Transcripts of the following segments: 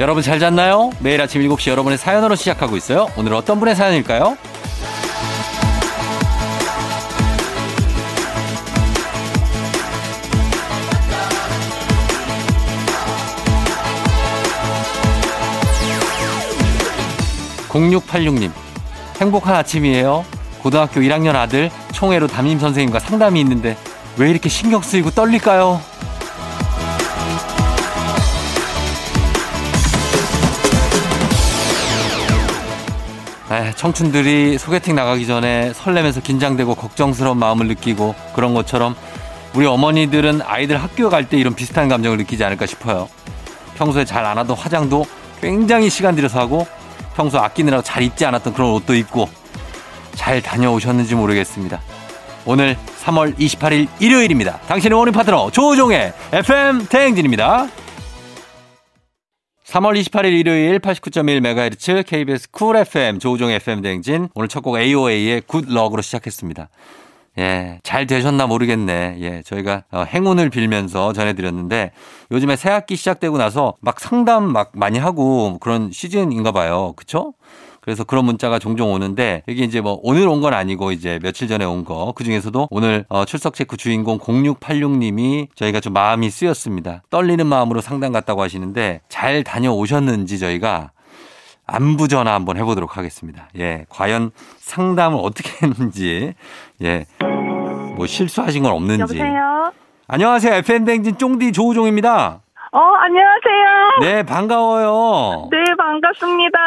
여러분 잘 잤나요? 매일 아침 7시 여러분의 사연으로 시작하고 있어요. 오늘 어떤 분의 사연일까요? 0686님, 행복한 아침이에요. 고등학교 1학년 아들, 총회로 담임 선생님과 상담이 있는데 왜 이렇게 신경 쓰이고 떨릴까요? 에 아, 청춘들이 소개팅 나가기 전에 설레면서 긴장되고 걱정스러운 마음을 느끼고 그런 것처럼 우리 어머니들은 아이들 학교 갈 때 이런 비슷한 감정을 느끼지 않을까 싶어요. 평소에 잘 안 하던 화장도 굉장히 시간 들여서 하고 평소 아끼느라고 잘 입지 않았던 그런 옷도 입고 잘 다녀오셨는지 모르겠습니다. 오늘 3월 28일 일요일입니다. 당신의 원인 파트너 조우종의 FM 대행진입니다. 3월 28일 일요일 89.1MHz KBS 쿨 FM 조우종 FM 대행진 오늘 첫 곡 AOA의 굿럭으로 시작했습니다. 예, 잘 되셨나 모르겠네. 예, 저희가 어, 행운을 빌면서 전해드렸는데 요즘에 새 학기 시작되고 나서 막 상담 막 많이 하고 그런 시즌인가 봐요. 그쵸? 그래서 그런 문자가 종종 오는데 이게 이제 뭐 오늘 온 건 아니고 이제 며칠 전에 온 거 그 중에서도 오늘 어, 출석 체크 주인공 0686님이 저희가 좀 마음이 쓰였습니다. 떨리는 마음으로 상담 갔다고 하시는데 잘 다녀오셨는지 저희가 안부 전화 한번 해보도록 하겠습니다. 예, 과연 상담을 어떻게 했는지 예, 뭐 실수하신 건 없는지. 여보세요. 안녕하세요, FM 댕진 쫑디 조우종입니다. 어 안녕하세요. 네, 반가워요. 네, 반갑습니다.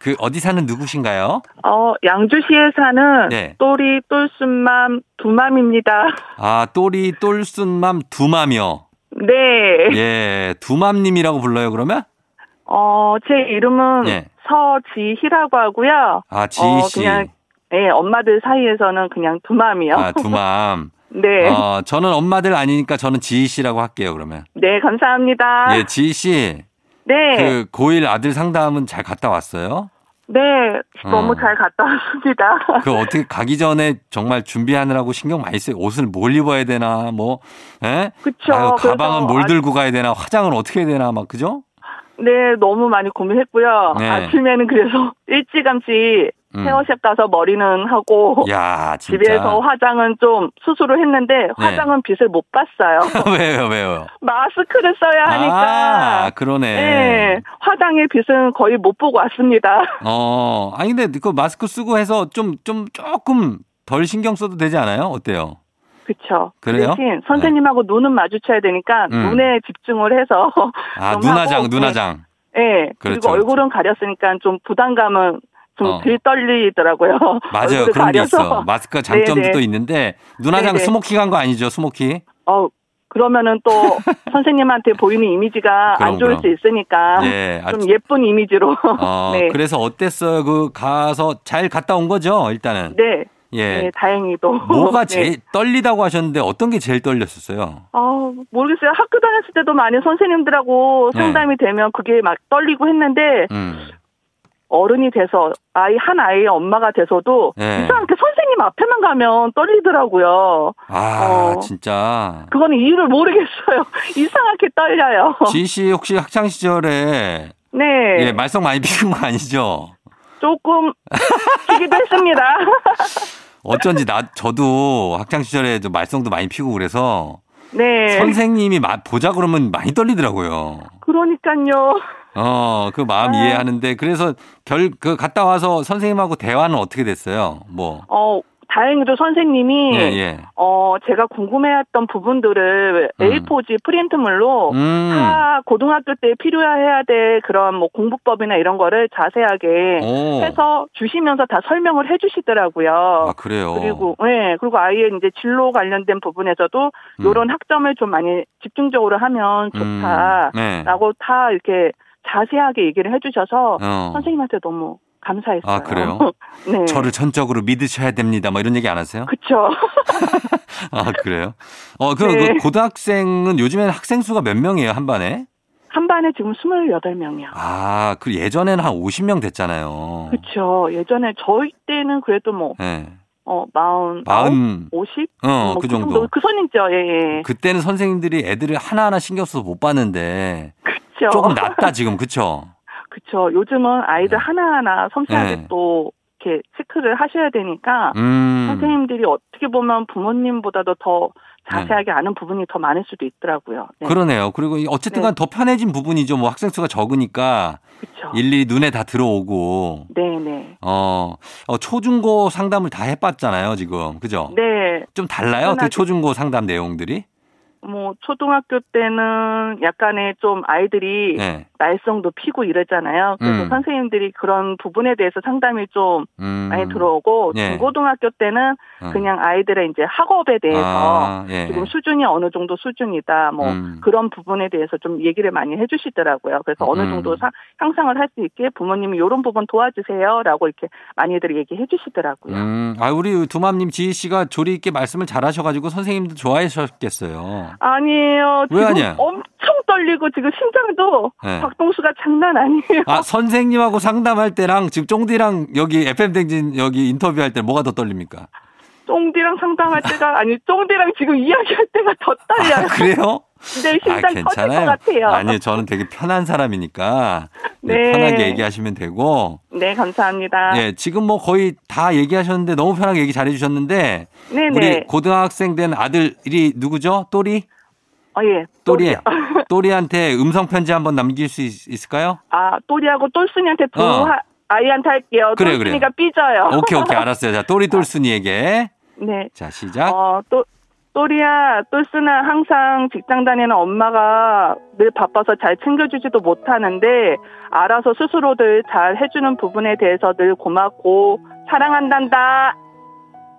그 어디 사는 누구신가요? 어 양주시에 사는 네. 또리 똘순맘 두맘입니다. 아, 또리 똘순맘 두맘이요. 네. 예, 두맘님이라고 불러요, 그러면? 어제 이름은 예. 서지희라고 하고요. 아, 지희씨. 어, 그냥- 네 엄마들 사이에서는 그냥 두맘이요. 아, 두맘. 네. 어, 저는 엄마들 아니니까 저는 지희씨라고 할게요, 그러면. 네 감사합니다. 예, 지희씨. 네. 그, 고1 아들 상담은 잘 갔다 왔어요? 네 너무 음. 잘 갔다 왔습니다. 그 어떻게 가기 전에 정말 준비하느라고 신경 많이 써요. 옷을 뭘 입어야 되나, 뭐, 예? 그쵸. 아유, 그래서 가방은 뭘 아- 들고 가야 되나, 화장은 어떻게 해야 되나, 막, 그죠? 네 너무 많이 고민했고요. 네. 아침에는 그래서 일찌감치 음. 헤어샵 가서 머리는 하고 야, 진짜. 네. 집에서 화장은 좀 수술을 했는데 화장은 빛을 못 봤어요. 왜요, 왜요? 마스크를 써야 하니까. 아, 그러네. 네, 화장의 빛은 거의 못 보고 왔습니다. 어, 아니 근데 그 마스크 쓰고 해서 좀 좀 조금 덜 신경 써도 되지 않아요? 어때요? 그쵸. 그래요? 네. 대신 선생님하고 눈은 마주쳐야 되니까 음. 눈에 집중을 해서. 아, 정말 눈화장, 꼭 눈화장. 네. 그리 그렇죠, 고 얼굴은 가렸으니까 좀 부담감은 어. 좀덜 떨리더라고요. 맞아요. 얼굴을 그런 게 가려서. 있어. 마스크 장점도 네네. 또 있는데 눈화장 네네. 스모키 간 거 아니죠? 스모키? 어, 그러면은 또 선생님한테 보이는 이미지가 그럼, 안 좋을 그럼. 수 있으니까. 예. 아, 좀 예쁜 이미지로. 어, 네. 그래서 어땠어요? 그 가서 잘 갔다 온 거죠? 일단은. 네. 예. 네, 다행히도. 뭐가 네. 제일 떨리다고 하셨는데 어떤 게 제일 떨렸었어요? 아, 모르겠어요. 학교 다녔을 때도 많이 선생님들하고 네. 상담이 되면 그게 막 떨리고 했는데 음. 어른이 돼서 아이 한 아이의 엄마가 돼서도 네. 이상하게 선생님 앞에만 가면 떨리더라고요. 아, 어. 진짜. 그거는 이유를 모르겠어요. 이상하게 떨려요. 지희 씨 혹시 학창 시절에 어. 네, 예, 말썽 많이 피운 거 아니죠? 조금 피기도 했습니다. 어쩐지 나 저도 학창 시절에 좀 말썽도 많이 피고 그래서 네, 선생님이 마- 보자 그러면 많이 떨리더라고요. 그러니까요. 어, 그 마음 아. 이해하는데 그래서 결 그 갔다 와서 선생님하고 대화는 어떻게 됐어요? 뭐. 어, 다행히도 선생님이 예, 예. 어 제가 궁금해했던 부분들을 음. A4지 프린트물로 음. 다 고등학교 때 필요해야 될 그런 뭐 공부법이나 이런 거를 자세하게 오. 네. 해서 주시면서 다 설명을 어. 아, 어. 해주시더라고요. 그래요. 그리고 네, 그리고 아이의 이제 진로 관련된 부분에서도 음. 이런 학점을 좀 많이 집중적으로 하면 음, 좋다라고 네. 다 이렇게 자세하게 얘기를 해주셔서 어. 선생님한테 너무 감사했어요. 아, 그래요? 네. 저를 전적으로 믿으셔야 됩니다. 뭐 이런 얘기 안 하세요? 그쵸. 아, 그래요? 어, 그, 네. 그 고등학생은 요즘에는 학생 수가 몇 명이에요, 한 반에? 한 반에 지금 28명이요. 아, 그 예전에는 한 50명 됐잖아요. 그쵸. 예전에 저희 때는 그래도 뭐, 예. 어, 마흔, 마흔, 오십? 어, 그 정도. 그 선이죠, 예, 예. 그때는 선생님들이 애들을 하나하나 신경 써서 못 봤는데 그쵸. 조금 낫다 지금 그쵸? 그쵸. 요즘은 아이들 하나하나 섬세하게 네. 또, 이렇게 체크를 하셔야 되니까, 음. 선생님들이 어떻게 보면 부모님보다도 더 자세하게 아는 부분이 더 많을 수도 있더라고요. 네. 네. 그러네요. 그리고 이 어쨌든 간 더 편해진 부분이죠. 뭐 학생 수가 적으니까 그쵸. 일일이 눈에 다 들어오고 네네. 어, 어 초중고 상담을 다 해봤잖아요 지금 그죠? 네. 좀 달라요? 어떻게 편하게. 초중고 상담 내용들이? 뭐, 초등학교 때는 약간의 좀 아이들이 네. 날성도 피고 이러잖아요. 그래서 음. 선생님들이 그런 부분에 대해서 상담이 좀 음. 많이 들어오고 예. 중고등학교 때는 어. 그냥 아이들의 이제 학업에 대해서 아, 예. 지금 수준이 어느 정도 수준이다 뭐 음. 그런 부분에 대해서 좀 얘기를 많이 해주시더라고요. 그래서 어느 음. 정도 상- 향상을 할 수 있게 부모님이 이런 부분 도와주세요라고 이렇게 많이들 얘기해 주시더라고요. 음, 아 우리 두맘님 지희 씨가 조리 있게 말씀을 잘하셔가지고 선생님도 좋아하셨겠어요. 아니에요. 왜 지금 아니야? 엄청 떨리고 지금 심장도 네. 박동수가 장난 아니에요. 아 선생님하고 상담할 때랑 지금 쫑디랑 여기 FM 댕진 여기 인터뷰할 때 뭐가 더 떨립니까? 쫑디랑 상담할 때가 아니 쫑디랑 지금 이야기할 때가 더 아, 떨려요. 그래요? 내 심장 아 터질 것 괜찮아요. 같아요. 아니요 저는 되게 편한 사람이니까 네, 네. 편하게 얘기하시면 되고 네 감사합니다. 예 지금 뭐 거의 다 얘기하셨는데 너무 편하게 얘기 잘해주셨는데 네네. 우리 고등학생 된 아들이 누구죠? 또리? 어, 예. 또리 또리한테 음성 편지 한번 남길 수 있- 있을까요? 아, 또리하고 똘순이한테 부 어. 하 아이한테 할게요. 그래, 똘순이가 삐져요. 오케이 오케이 알았어요. 자 또리 똘순이에게 네. 자 시작. 어, 또 또리야, 똘순아 항상 직장 다니는 엄마가 늘 바빠서 잘 챙겨주지도 못하는데 알아서 스스로들 잘 해주는 부분에 대해서 늘 고맙고 사랑한단다.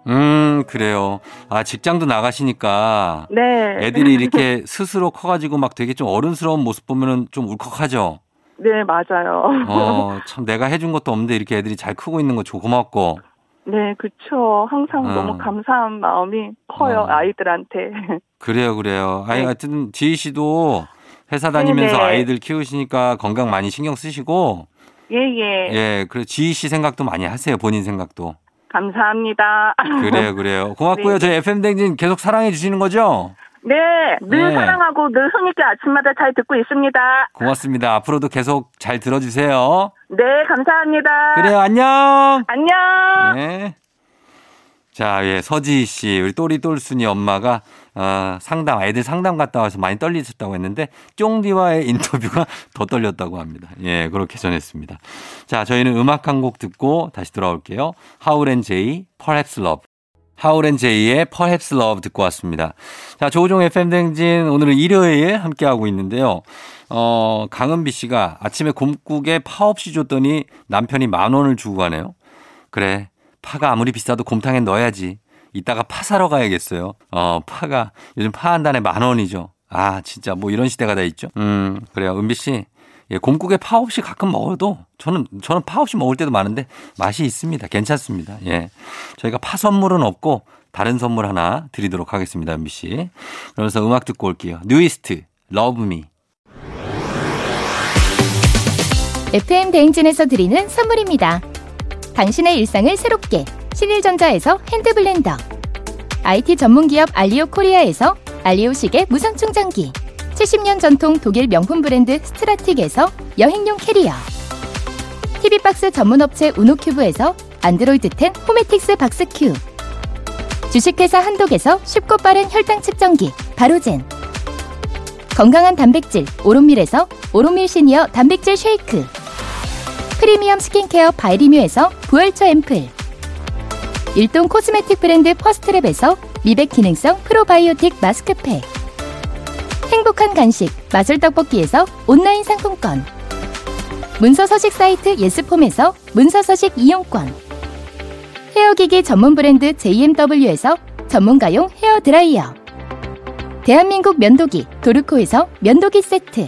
음 그래요. 아 직장도 나가시니까 네. 애들이 이렇게 스스로 커가지고 막 되게 좀 어른스러운 모습 보면은 좀 울컥하죠. 네, 맞아요. 어참 내가 해준 것도 없는데 이렇게 애들이 잘 크고 있는 거 조- 고맙고. 네, 그쵸. 항상 어. 너무 감사한 마음이 커요, 어. 아이들한테. 그래요 그래요. 아니 네. 하여튼 지희 씨도 회사 다니면서 네, 네. 아이들 키우시니까 건강 많이 신경 쓰시고 예, 예. 예 그래 지희 씨 생각도 많이 하세요 본인 생각도. 감사합니다. 그래요 그래요. 고맙고요. 네. 저희 FM 댕진 계속 사랑해 주시는 거죠? 네, 늘 네. 사랑하고 늘 흥있게 아침마다 잘 듣고 있습니다. 고맙습니다. 앞으로도 계속 잘 들어주세요. 네, 감사합니다. 그래요, 안녕! 안녕. 네. 자, 예, 서지희 씨, 우리 또리 똘순이 엄마가 아, 상담, 아이들 상담 갔다 와서 많이 떨리셨다고 했는데, 쫑디와의 인터뷰가 더 떨렸다고 합니다. 예, 그렇게 전했습니다. 자, 저희는 음악 한 곡 듣고 다시 돌아올게요. 하울 앤 제이, Perhaps Love. 하울 앤 제이의 Perhaps Love 듣고 왔습니다. 자, 조우종 FM 댕진 오늘은 일요일 함께하고 있는데요. 어, 강은비 씨가 아침에 곰국에 파 없이 줬더니 남편이 만 원을 주고 가네요. 그래. 파가 아무리 비싸도 곰탕에 넣어야지. 이따가 파 사러 가야겠어요. 어, 파가 요즘 파 한 단에 만 원이죠. 아, 진짜 뭐 이런 시대가 다 있죠. 음, 그래요. 은비 씨. 예, 곰국에 파 없이 가끔 먹어도 저는 저는 파 없이 먹을 때도 많은데 맛이 있습니다. 괜찮습니다. 예. 저희가 파 선물은 없고 다른 선물 하나 드리도록 하겠습니다. 은비 씨. 그러면서 음악 듣고 올게요. 뉴이스트 러브 미. FM 대행진에서 드리는 선물입니다. 당신의 일상을 새롭게 신일전자에서 핸드블렌더 IT 전문기업 알리오 코리아에서 알리오 시계 무선 충전기 70년 전통 독일 명품 브랜드 스트라틱에서 여행용 캐리어 TV박스 전문업체 우노큐브에서 안드로이드 10 호메틱스 박스큐 주식회사 한독에서 쉽고 빠른 혈당 측정기 바로젠 건강한 단백질 오롯밀에서 오롯밀 시니어 단백질 쉐이크 프리미엄 스킨케어 바이리뮤에서 부활초 앰플 일동 코스메틱 브랜드 퍼스트랩에서 미백 기능성 프로바이오틱 마스크팩 행복한 간식 마술 떡볶이에서 온라인 상품권 문서 서식 사이트 예스폼에서 문서 서식 이용권 헤어기기 전문 브랜드 JMW에서 전문가용 헤어 드라이어 대한민국 면도기 도르코에서 면도기 세트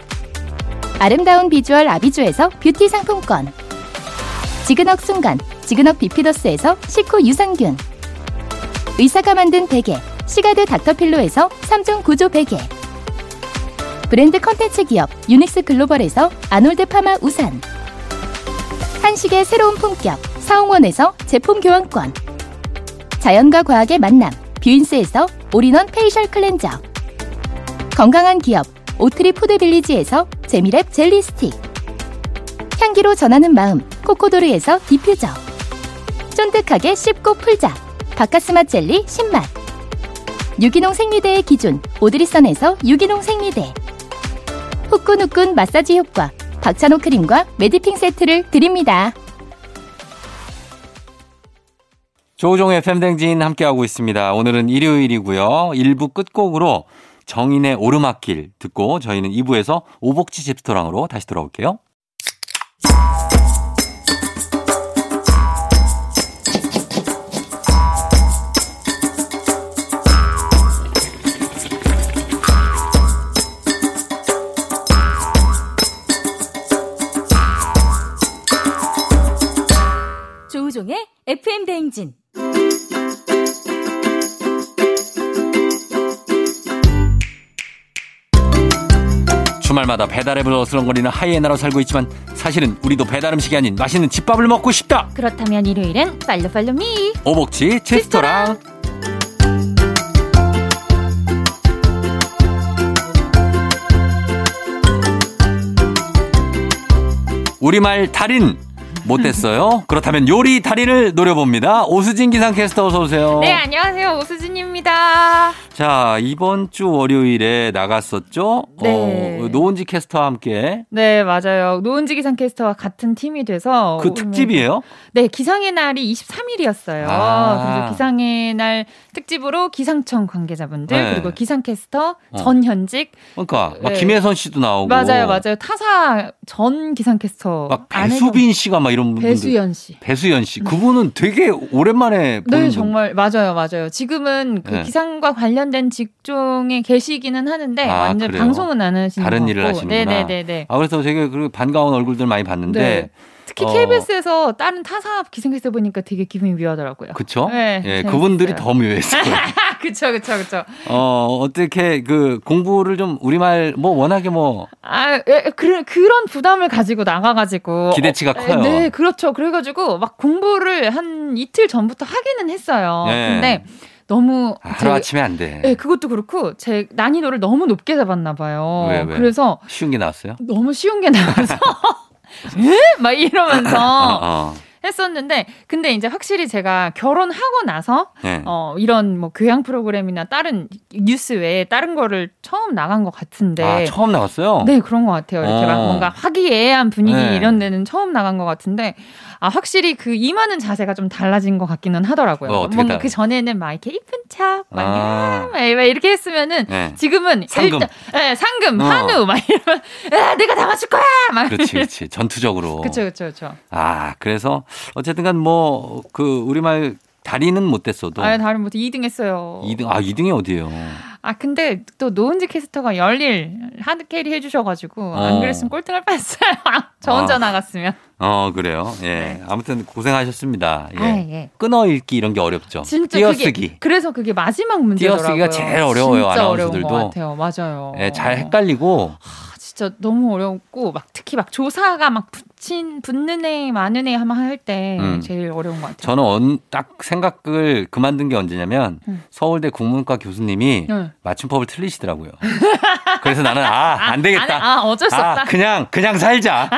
아름다운 비주얼 아비주에서 뷰티 상품권 지그넉 순간 지그넉 비피더스에서 식후 유산균 의사가 만든 베개 시가드 닥터필로에서 3중 구조 베개 브랜드 컨텐츠 기업 유닉스 글로벌에서 아놀드 파마 우산 한식의 새로운 품격 사홍원에서 제품 교환권 자연과 과학의 만남 뷰인스에서 올인원 페이셜 클렌저 건강한 기업 오트리 푸드빌리지에서 재미랩 젤리 스틱 향기로 전하는 마음 코코도르에서 디퓨저 쫀득하게 씹고 풀자 바카스맛 젤리 신맛 유기농 생리대의 기준 오드리선에서 유기농 생리대 후끈후끈 마사지 효과 박찬호 크림과 매디핑 세트를 드립니다. 조종의 팬댕진 함께하고 있습니다. 오늘은 일요일이고요. 1부 끝곡으로 정인의 오르막길 듣고 저희는 2부에서 오복지 집스토랑으로 다시 돌아올게요. 조우종의 FM 대행진. 주말마다 배달앱을 어슬렁거리는 하이에나로 살고 있지만 사실은 우리도 배달 음식이 아닌 맛있는 집밥을 먹고 싶다. 그렇다면 일요일엔 팔로 팔로 미. 오복지 집스토랑. 우리말 달인 못됐어요? 그렇다면 요리 달인을 노려봅니다. 오수진 기상캐스터 어서 오세요. 네, 안녕하세요. 오수진입니다. 자 이번 주 월요일에 나갔었죠. 네. 어, 노은지 캐스터와 함께 네, 맞아요. 노은지 기상 캐스터와 같은 팀이 돼서 그 오늘- 특집이에요. 네, 기상의 날이 23일이었어요. 아. 그래서 기상의 날 특집으로 기상청 관계자분들 네. 그리고 기상 캐스터 어. 전 현직 그러니까 막 네. 김혜선 씨도 나오고 맞아요, 맞아요. 타사 전 기상 캐스터 막 배수빈 씨가 막 이런 분들 배수연 씨. 배수연 씨 그분은 되게 오랜만에 보는 네, 분. 정말 맞아요, 맞아요. 지금은 그 네. 기상과 관련된 직종에 계시기는 하는데 아, 완전 그래요? 방송은 안 하시는 다른 것 일을 같고. 하시는구나. 네, 네, 네, 네. 아 그래서 되게 그 반가운 얼굴들 많이 봤는데 네. 특히 어. KBS에서 다른 타사 기생캐스터 보니까 되게 기분이 묘하더라고요. 그쵸? 네, 예, 재밌었어요. 그분들이 더 묘했어요. 아, 그쵸, 그쵸, 그쵸. 어, 어떻게 그 공부를 좀 우리말 뭐 워낙에 뭐 아, 예, 그런, 그런 부담을 가지고 나가가지고. 기대치가 어, 커요. 네, 그렇죠. 그래가지고 막 공부를 한 이틀 전부터 하기는 했어요. 네. 근데 너무. 하루 아침에 안 돼. 제- 예, 그것도 그렇고 제 난이도를 너무 높게 잡았나 봐요. 왜, 왜? 그래서 쉬운 게 나왔어요? 너무 쉬운 게 나와서. 에? 막 이러면서 어, 어. 했었는데 근데 이제 확실히 제가 결혼하고 나서 네. 어, 이런 뭐 교양 프로그램이나 다른 뉴스 외에 다른 거를 처음 나간 것 같은데. 아, 처음 나왔어요? 네, 그런 것 같아요. 이렇게 막 어. 뭔가 화기애애한 분위기 네. 이런 데는 처음 나간 것 같은데, 아, 확실히 그 임하는 자세가 좀 달라진 것 같기는 하더라고요. 어, 어떻게 뭔가 달라요? 그 전에는 막 이렇게 이쁜 척, 막 아. 막 이렇게 했으면은 네. 지금은 상금. 일단, 네, 상금, 어. 그렇죠. 한우, 막 이러면, 아, 내가 다 맞출 거야! 막. 그렇지, 그렇지. 전투적으로. 그쵸, 그쵸, 그쵸. 아, 그래서 어쨌든간 뭐 그 우리말 다리는 못 됐어도 아, 다른 못해 2등 했어요. 이등 아, 2등이 어디예요? 아 근데 또 노은지 캐스터가 열일 하드 캐리 해주셔가지고 어. 안 그랬으면 꼴등할 뻔했어요. 저 혼자 아. 나갔으면. 어, 그래요. 예. 네. 아무튼 고생하셨습니다. 예. 아, 예. 끊어 읽기 이런 게 어렵죠. 진짜 띄어쓰기. 그게 그래서 그게 마지막 문제더라고요. 띄어쓰기가 제일 어려워요, 진짜 어려운 아나운서들도. 것 같아요. 맞아요. 예, 잘 헷갈리고 아, 진짜 너무 어려웠고 막 특히 막 조사가 막 붙인 붙는 애 많은 애 하면 할 때 음. 제일 어려운 것 같아요. 저는 언- 딱 생각을 그만둔 게 언제냐면 음. 서울대 국문과 교수님이 네. 맞춤법을 틀리시더라고요. 그래서 나는 아 안 되겠다. 아, 아 어쩔 수 아, 없다. 그냥 그냥 살자.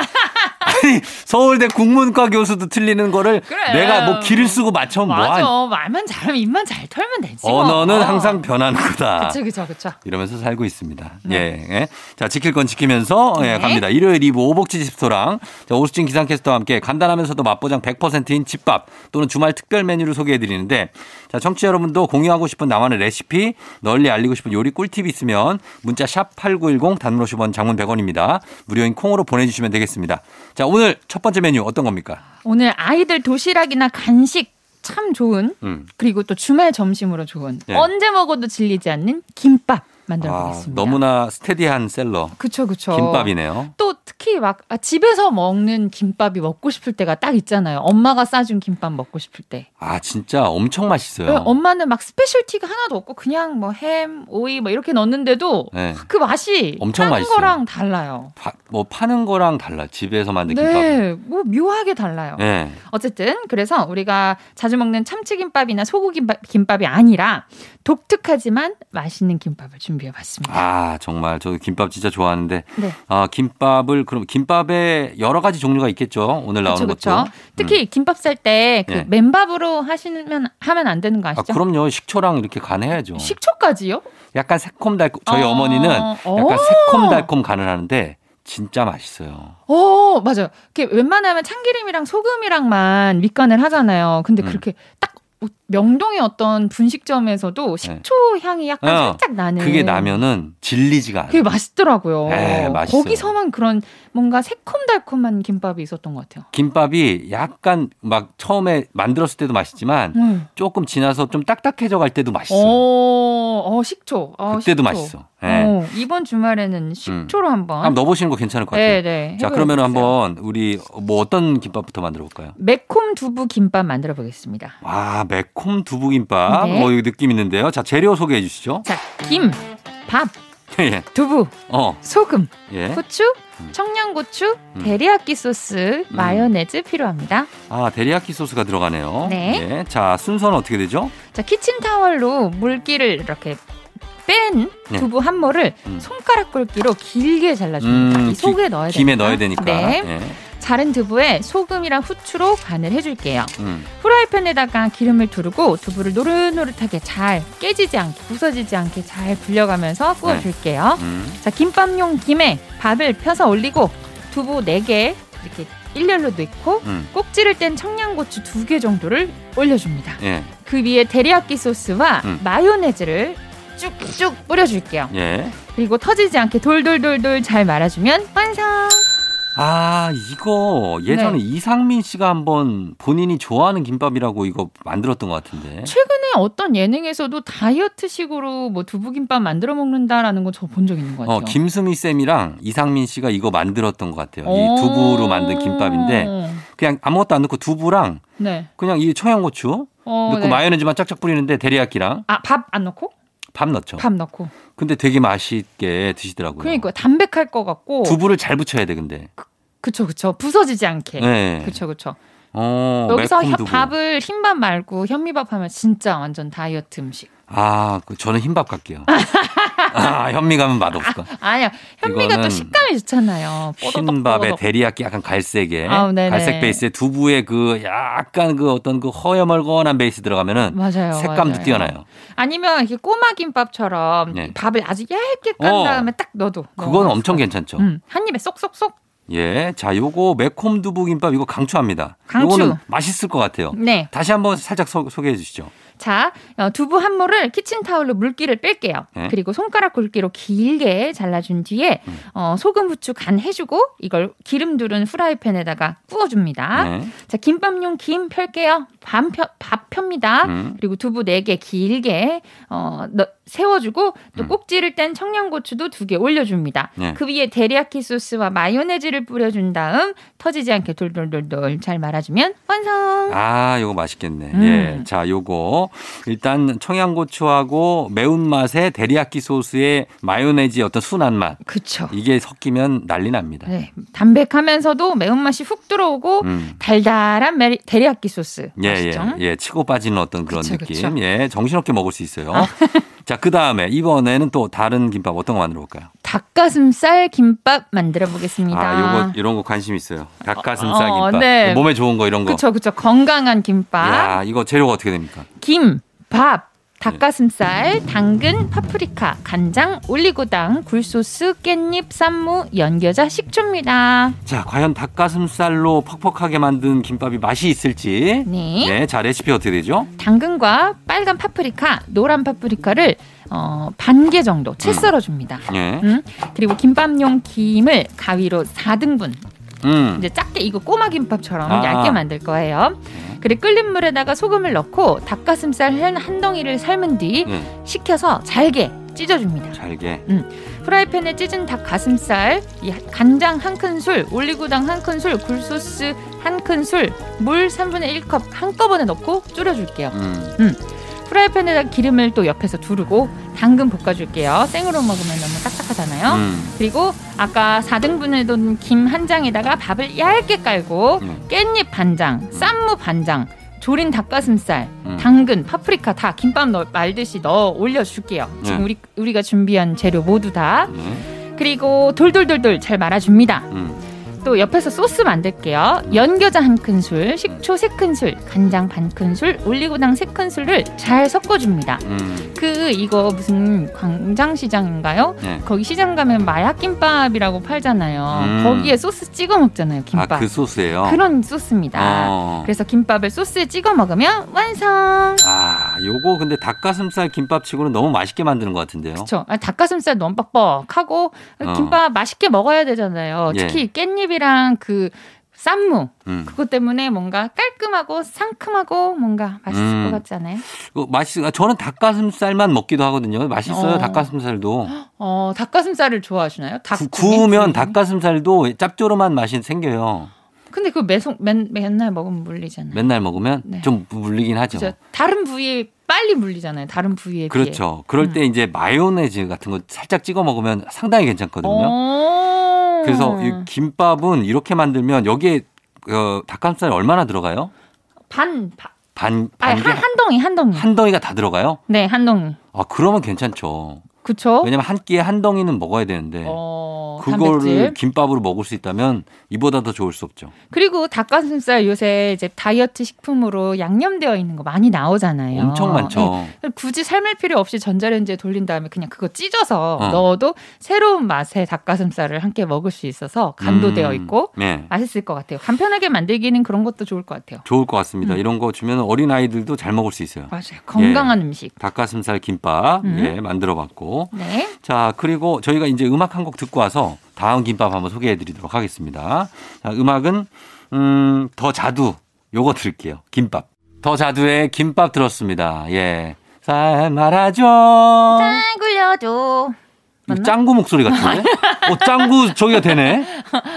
아니 서울대 국문과 교수도 틀리는 거를 그래. 내가 뭐 길을 쓰고 맞춰 뭐 맞아. 어, 한 말만 잘하면 입만 잘 털면 되지. 뭐. 언어는 항상 변하는 거다. 그쵸 그쵸 그쵸. 이러면서 살고 있습니다. 네. 예, 예. 자, 지킬 건 지키면서 예, 네. 갑니다. 일요일 2부 오복지 집소랑 자, 오수진 기상캐스터와 함께 간단하면서도 맛보장 100%인 집밥 또는 주말 특별 메뉴를 소개해 드리는데 자, 청취자 여러분도 공유하고 싶은 나만의 레시피 널리 알리고 싶은 요리 꿀팁이 있으면 문자 샵 8910 단문 50원 장문 100원입니다. 무료인 콩으로 보내주시면 되겠습니다. 자, 오늘 첫 번째 메뉴 어떤 겁니까? 오늘 아이들 도시락이나 간식 참 좋은 음. 그리고 또 주말 점심으로 좋은 네. 언제 먹어도 질리지 않는 김밥 만들어 아, 보겠습니다. 너무나 스테디한 셀러. 그쵸 그쵸. 김밥이네요. 또 특히 막 아, 집에서 먹는 김밥이 먹고 싶을 때가 딱 있잖아요. 엄마가 싸준 김밥 먹고 싶을 때. 아, 진짜 엄청 맛있어요. 엄마는 막 스페셜티가 하나도 없고 그냥 뭐 햄, 오이 뭐 이렇게 넣는데도 네. 그 맛이 엄청 다른 맛있어요. 거랑 달라요. 파, 뭐 파는 거랑 달라. 집에서 만든 김밥. 네, 뭐 묘하게 달라요. 네. 어쨌든 그래서 우리가 자주 먹는 참치김밥이나 소고김밥 김밥이 아니라 독특하지만 맛있는 김밥을 준비해봤습니다. 아 정말 저도 김밥 진짜 좋아하는데 네. 아 김밥을 그럼 김밥에 여러 가지 종류가 있겠죠 오늘 나오는 그렇죠, 것도 음. 그렇죠. 특히 김밥 쌀 때 그 예. 맨밥으로 하시면 하면 안 되는 거 아 아시죠? 그럼요 식초랑 이렇게 간해야죠 식초까지요? 약간 새콤달콤 저희 아, 어머니는 어. 약간 새콤달콤 간을 하는데 진짜 맛있어요 어, 맞아요. 이렇게 웬만하면 참기름이랑 소금이랑만 밑간을 하잖아요. 근데 음. 그렇게 딱 명동의 어떤 분식점에서도 식초 향이 약간 어, 살짝 나는 그게 나면은 질리지가 네. 그게 않아요 맛있더라고요. 에, 네, 맛있어요. 거기서만 그런 뭔가 새콤달콤한 김밥이 있었던 것 같아요. 김밥이 약간 막 처음에 만들었을 때도 맛있지만 음. 조금 지나서 좀 딱딱해져 갈 때도 맛있어요 어, 어, 식초. 어, 그때도 식초. 맛있어 예. 어, 이번 주말에는 식초로 한번. 한번 넣어보시는 거 괜찮을 것 같아요 네, 네. 자, 해보려고 그러면 했어요. 한번 우리 뭐 어떤 김밥부터 만들어 볼까요? 매콤 두부 김밥 만들어 보겠습니다. 와, 매콤 두부김밥. 네. 어, 이거 느낌 있는데요. 자, 재료 소개해 주시죠. 자, 김, 밥, 예. 두부, 어, 소금, 예. 후추, 음. 청양고추, 음. 데리야끼 소스, 마요네즈 필요합니다. 아, 데리야끼 소스가 들어가네요. 네. 예. 자, 순서는 어떻게 되죠? 자, 키친타월로 물기를 이렇게 뺀 네. 두부 한 모를 음. 손가락 굵기로 길게 잘라줍니다. 음, 이 속에 넣어야 되니까. 김에 넣어야 되니까. 네. 예. 자른 두부에 소금이랑 후추로 간을 해줄게요. 음. 프라이팬에다가 기름을 두르고 두부를 노릇노릇하게 잘 깨지지 않게 부서지지 않게 잘 불려가면서 구워줄게요. 음. 자, 김밥용 김에 밥을 펴서 올리고 두부 네 개 이렇게 일렬로 넣고 음. 꼭지를 뗀 청양고추 두 개 정도를 올려줍니다. 예. 그 위에 데리야끼 소스와 음. 마요네즈를 쭉쭉 뿌려줄게요. 예. 그리고 터지지 않게 돌돌돌돌 잘 말아주면 완성. 아, 이거 예전에 네. 이상민 씨가 한번 본인이 좋아하는 김밥이라고 이거 만들었던 것 같은데. 최근에 어떤 예능에서도 다이어트식으로 뭐 두부김밥 만들어 먹는다라는 거 저 본 적 있는 것 같아요. 어, 김수미 쌤이랑 이상민 씨가 이거 만들었던 것 같아요. 이 두부로 만든 김밥인데 그냥 아무것도 안 넣고 두부랑 네. 그냥 이 청양고추 어, 넣고 네. 그 마요네즈만 어. 쫙쫙 뿌리는데 데리야끼랑 아, 밥 안 넣고? 밥 넣죠. 밥 넣고. 근데 되게 맛있게 드시더라고요. 그러니까 담백할 것 같고. 어. 두부를 잘 부쳐야 돼 근데. 그쵸, 그쵸. 부서지지 않게. 네. 그쵸, 그쵸. 어, 여기서 매콤 혀- 두부. 밥을 흰밥 말고 현미밥 하면 진짜 완전 다이어트 음식. 아, 그 저는 흰밥 갈게요. 아, 현미 가면 맛없을까? 아니야, 현미가 이거는 또 식감이 좋잖아요. 뽀도독, 흰밥에 뽀도독. 데리야끼 약간 갈색에 아우, 네네. 갈색 베이스에 두부에 그 약간 그 어떤 그 허여멀건한 베이스 들어가면은 맞아요. 색감도 맞아요. 뛰어나요. 아니면 이렇게 꼬마 김밥처럼 네. 밥을 아주 얇게 깐 어. 다음에 딱 넣어도. 그건 너무 엄청 맛있어요. 괜찮죠. 음, 한 입에 쏙쏙쏙. 예, 자 요거 매콤 두부김밥 이거 강추합니다. 강추. 요거는 맛있을 것 같아요. 네. 다시 한번 살짝 소, 개해 주시죠. 자, 어, 두부 한 모를 키친타올로 물기를 뺄게요. 네. 그리고 손가락 굵기로 길게 잘라준 뒤에 음. 어, 소금, 후추 간 해주고 이걸 기름 두른 후라이팬에다가 구워줍니다. 네. 자, 김밥용 김 펼게요. 밥, 펴, 밥 펴입니다. 음. 그리고 두부 네 개 길게 어, 넣- 세워주고 또 음. 꼭지를 뗀 청양고추도 두 개 올려줍니다. 네. 그 위에 데리야끼 소스와 마요네즈를 뿌려준 다음 터지지 않게 돌돌돌돌 잘 말아주면 완성. 아, 요거 맛있겠네. 음. 예. 자, 요거 일단 청양고추하고 매운맛에 데리야끼 소스에 마요네즈 어떤 순한 맛. 그쵸. 이게 섞이면 난리 납니다. 네, 담백하면서도 매운맛이 훅 들어오고 음. 달달한 메리- 데리야끼 소스 예, 맛있죠? 예, 예. 치고 빠지는 어떤 그런 그쵸, 아. 느낌. 그쵸. 예. 정신없게 먹을 수 있어요. 자, 그 다음에 이번에는 또 다른 김밥 어떤 거 만들어 볼까요? 닭가슴살 김밥 만들어 보겠습니다. 아, 요거 이런 거 관심 있어요. 닭가슴살 어, 김밥. 뭐 네. 몸에 좋은 거 이런 거. 그쵸 그쵸 건강한 김밥. 야, 예, 이거 재료가 어떻게 됩니까? 김, 밥, 닭가슴살, 당근, 파프리카, 간장, 올리고당, 굴소스, 깻잎, 쌈무, 연겨자, 식초입니다. 자, 과연 닭가슴살로 퍽퍽하게 만든 김밥이 맛이 있을지. 네. 네, 자 레시피 어떻게 되죠? 당근과 빨간 파프리카, 노란 파프리카를 어, 반 개 정도 채 음. 썰어줍니다. 예. 음, 그리고 김밥용 김을 가위로 4등분, 음. 이제 작게 이거 꼬마 김밥처럼 아. 얇게 만들 거예요. 그리고 끓는 물에다가 소금을 넣고 닭가슴살 한- 한 덩이를 삶은 뒤 예, 식혀서 잘게 찢어줍니다. 잘게. 프라이팬에 찢은 닭 가슴살, 이 간장 한 큰술, 올리고당 한 큰술, 굴소스 한 큰술, 물 3분의 1컵 한꺼번에 넣고 졸여줄게요. 음. 프라이팬에다 기름을 또 옆에서 두르고 당근 볶아줄게요. 생으로 먹으면 너무 딱딱하잖아요. 음. 그리고 아까 4등분 해둔 김 한 장에다가 밥을 얇게 깔고 음. 깻잎 반장, 쌈무 반장, 조린 닭가슴살, 음. 당근, 파프리카 다 김밥 넣, 말듯이 넣어 올려줄게요. 지금 네. 우리, 우리가 준비한 재료 모두 다 예, 그리고 돌돌돌돌 잘 말아줍니다. 음. 또 옆에서 소스 만들게요. 연겨자 한 큰술, 식초 세 큰술, 간장 반 큰술, 올리고당 세 큰술을 잘 섞어줍니다. 음. 그 이거 무슨 광장시장인가요? 네. 거기 시장 가면 마약 김밥이라고 팔잖아요. 음. 거기에 소스 찍어 먹잖아요. 김밥. 아, 그 소스예요. 런 소스입니다. 어. 그래서 김밥을 소스에 찍어 먹으면 완성. 아, 요거 근데 닭가슴살 김밥치고는 너무 맛있게 만드는 것 같은데요. 그렇죠. 닭가슴살 너무 뻑뻑하고 어. 김밥 맛있게 먹어야 되잖아요. 예. 특히 깻잎이랑 그 쌈무 음. 그것 때문에 뭔가 깔끔하고 상큼하고 뭔가 맛있을 음. 것 같지 않아요? 그 맛있. 아, 저는 닭가슴살만 먹기도 하거든요. 맛있어요 어. 닭가슴살도. 어 닭가슴살을 좋아하시나요? 닭 구, 구이? 구우면 구이? 닭가슴살도 짭조름한 맛이 생겨요. 근데 그 매속 맨, 맨날 먹으면 물리잖아요. 맨날 먹으면 네. 좀 물리긴 하죠. 그죠? 다른 부위에 빨리 물리잖아요. 다른 부위에 그렇죠 그럴 음. 때 이제 마요네즈 같은 거 살짝 찍어 먹으면 상당히 비해. 괜찮거든요. 오. 그래서 이 김밥은 이렇게 만들면 여기에 어, 닭가슴살이 얼마나 들어가요? 반, 반 반, 반 아니, 개? 한, 한 덩이 한 덩이. 한 덩이가 다 들어가요? 네, 한 덩이. 아, 그러면 괜찮죠. 그쵸? 왜냐면 한 끼에 한 덩이는 먹어야 되는데 어, 그거를 단백질. 김밥으로 먹을 수 있다면 이보다 더 좋을 수 없죠. 그리고 닭가슴살 요새 이제 다이어트 식품으로 양념되어 있는 거 많이 나오잖아요. 엄청 네. 많죠. 굳이 삶을 필요 없이 전자레인지에 돌린 다음에 그냥 그거 찢어서 어. 넣어도 새로운 맛의 닭가슴살을 함께 먹을 수 있어서 간도 되어 있고 음, 네. 맛있을 것 같아요. 간편하게 만들기는 그런 것도 좋을 것 같아요. 좋을 것 같습니다. 음. 이런 거 주면 어린 아이들도 예. 잘 먹을 수 있어요. 맞아요. 건강한 음식. 닭가슴살 김밥 음. 예, 만들어봤고 네. 자 그리고 저희가 이제 음악 한 곡 듣고 와서 다음 김밥 한번 소개해드리도록 하겠습니다. 자, 음악은 음, 더 자두 요거 들을게요. 김밥 더 자두의 김밥 들었습니다. 예. 잘 말아줘. 굴려줘. 맞나? 짱구 목소리 같은데? 어, 짱구 저기가 되네?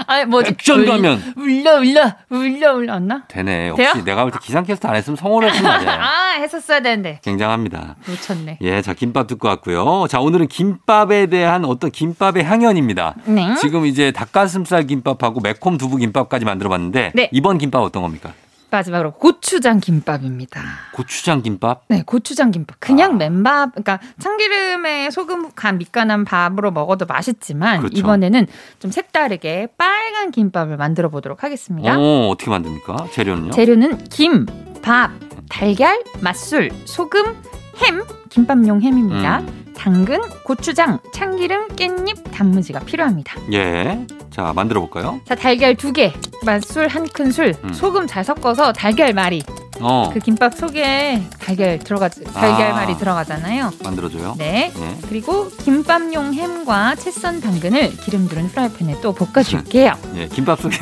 아, 뭐지? 액션 울려, 가면. 울려 울려 울려 울렸나? 되네. 역시 돼요? 내가 볼 때 기상캐스터 안 했으면 성호를 했으면 안 돼요. 아, 했었어야 되는데. 굉장합니다. 놓쳤네. 예, 자, 김밥 듣고 왔고요. 자, 오늘은 김밥에 대한 어떤 김밥의 향연입니다. 네. 지금 이제 닭가슴살 김밥하고 매콤 두부 김밥까지 만들어 봤는데 네. 이번 김밥 어떤 겁니까? 마지막으로 고추장 김밥입니다. 고추장 김밥? 네, 고추장 김밥. 그냥 아. 맨밥, 그러니까 참기름에 소금 간 밑간한 밥으로 먹어도 맛있지만 그렇죠. 이번에는 좀 색다르게 빨간 김밥을 만들어 보도록 하겠습니다. 어, 어떻게 만듭니까? 재료는요? 재료는 김, 밥, 달걀, 맛술, 소금, 햄, 김밥용 햄입니다. 음, 당근, 고추장, 참기름, 깻잎, 단무지가 필요합니다. 예. 자, 만들어 볼까요? 자, 달걀 두 개, 맛술 한 큰술, 음. 소금 잘 섞어서 달걀 말이. 어, 그 김밥 속에 달걀 들어가 달걀 아. 말이 들어가잖아요. 만들어 줘요. 네. 예. 그리고 김밥용 햄과 채썬 당근을 기름 두른 프라이팬에 또 볶아줄게요. 예, 김밥 속에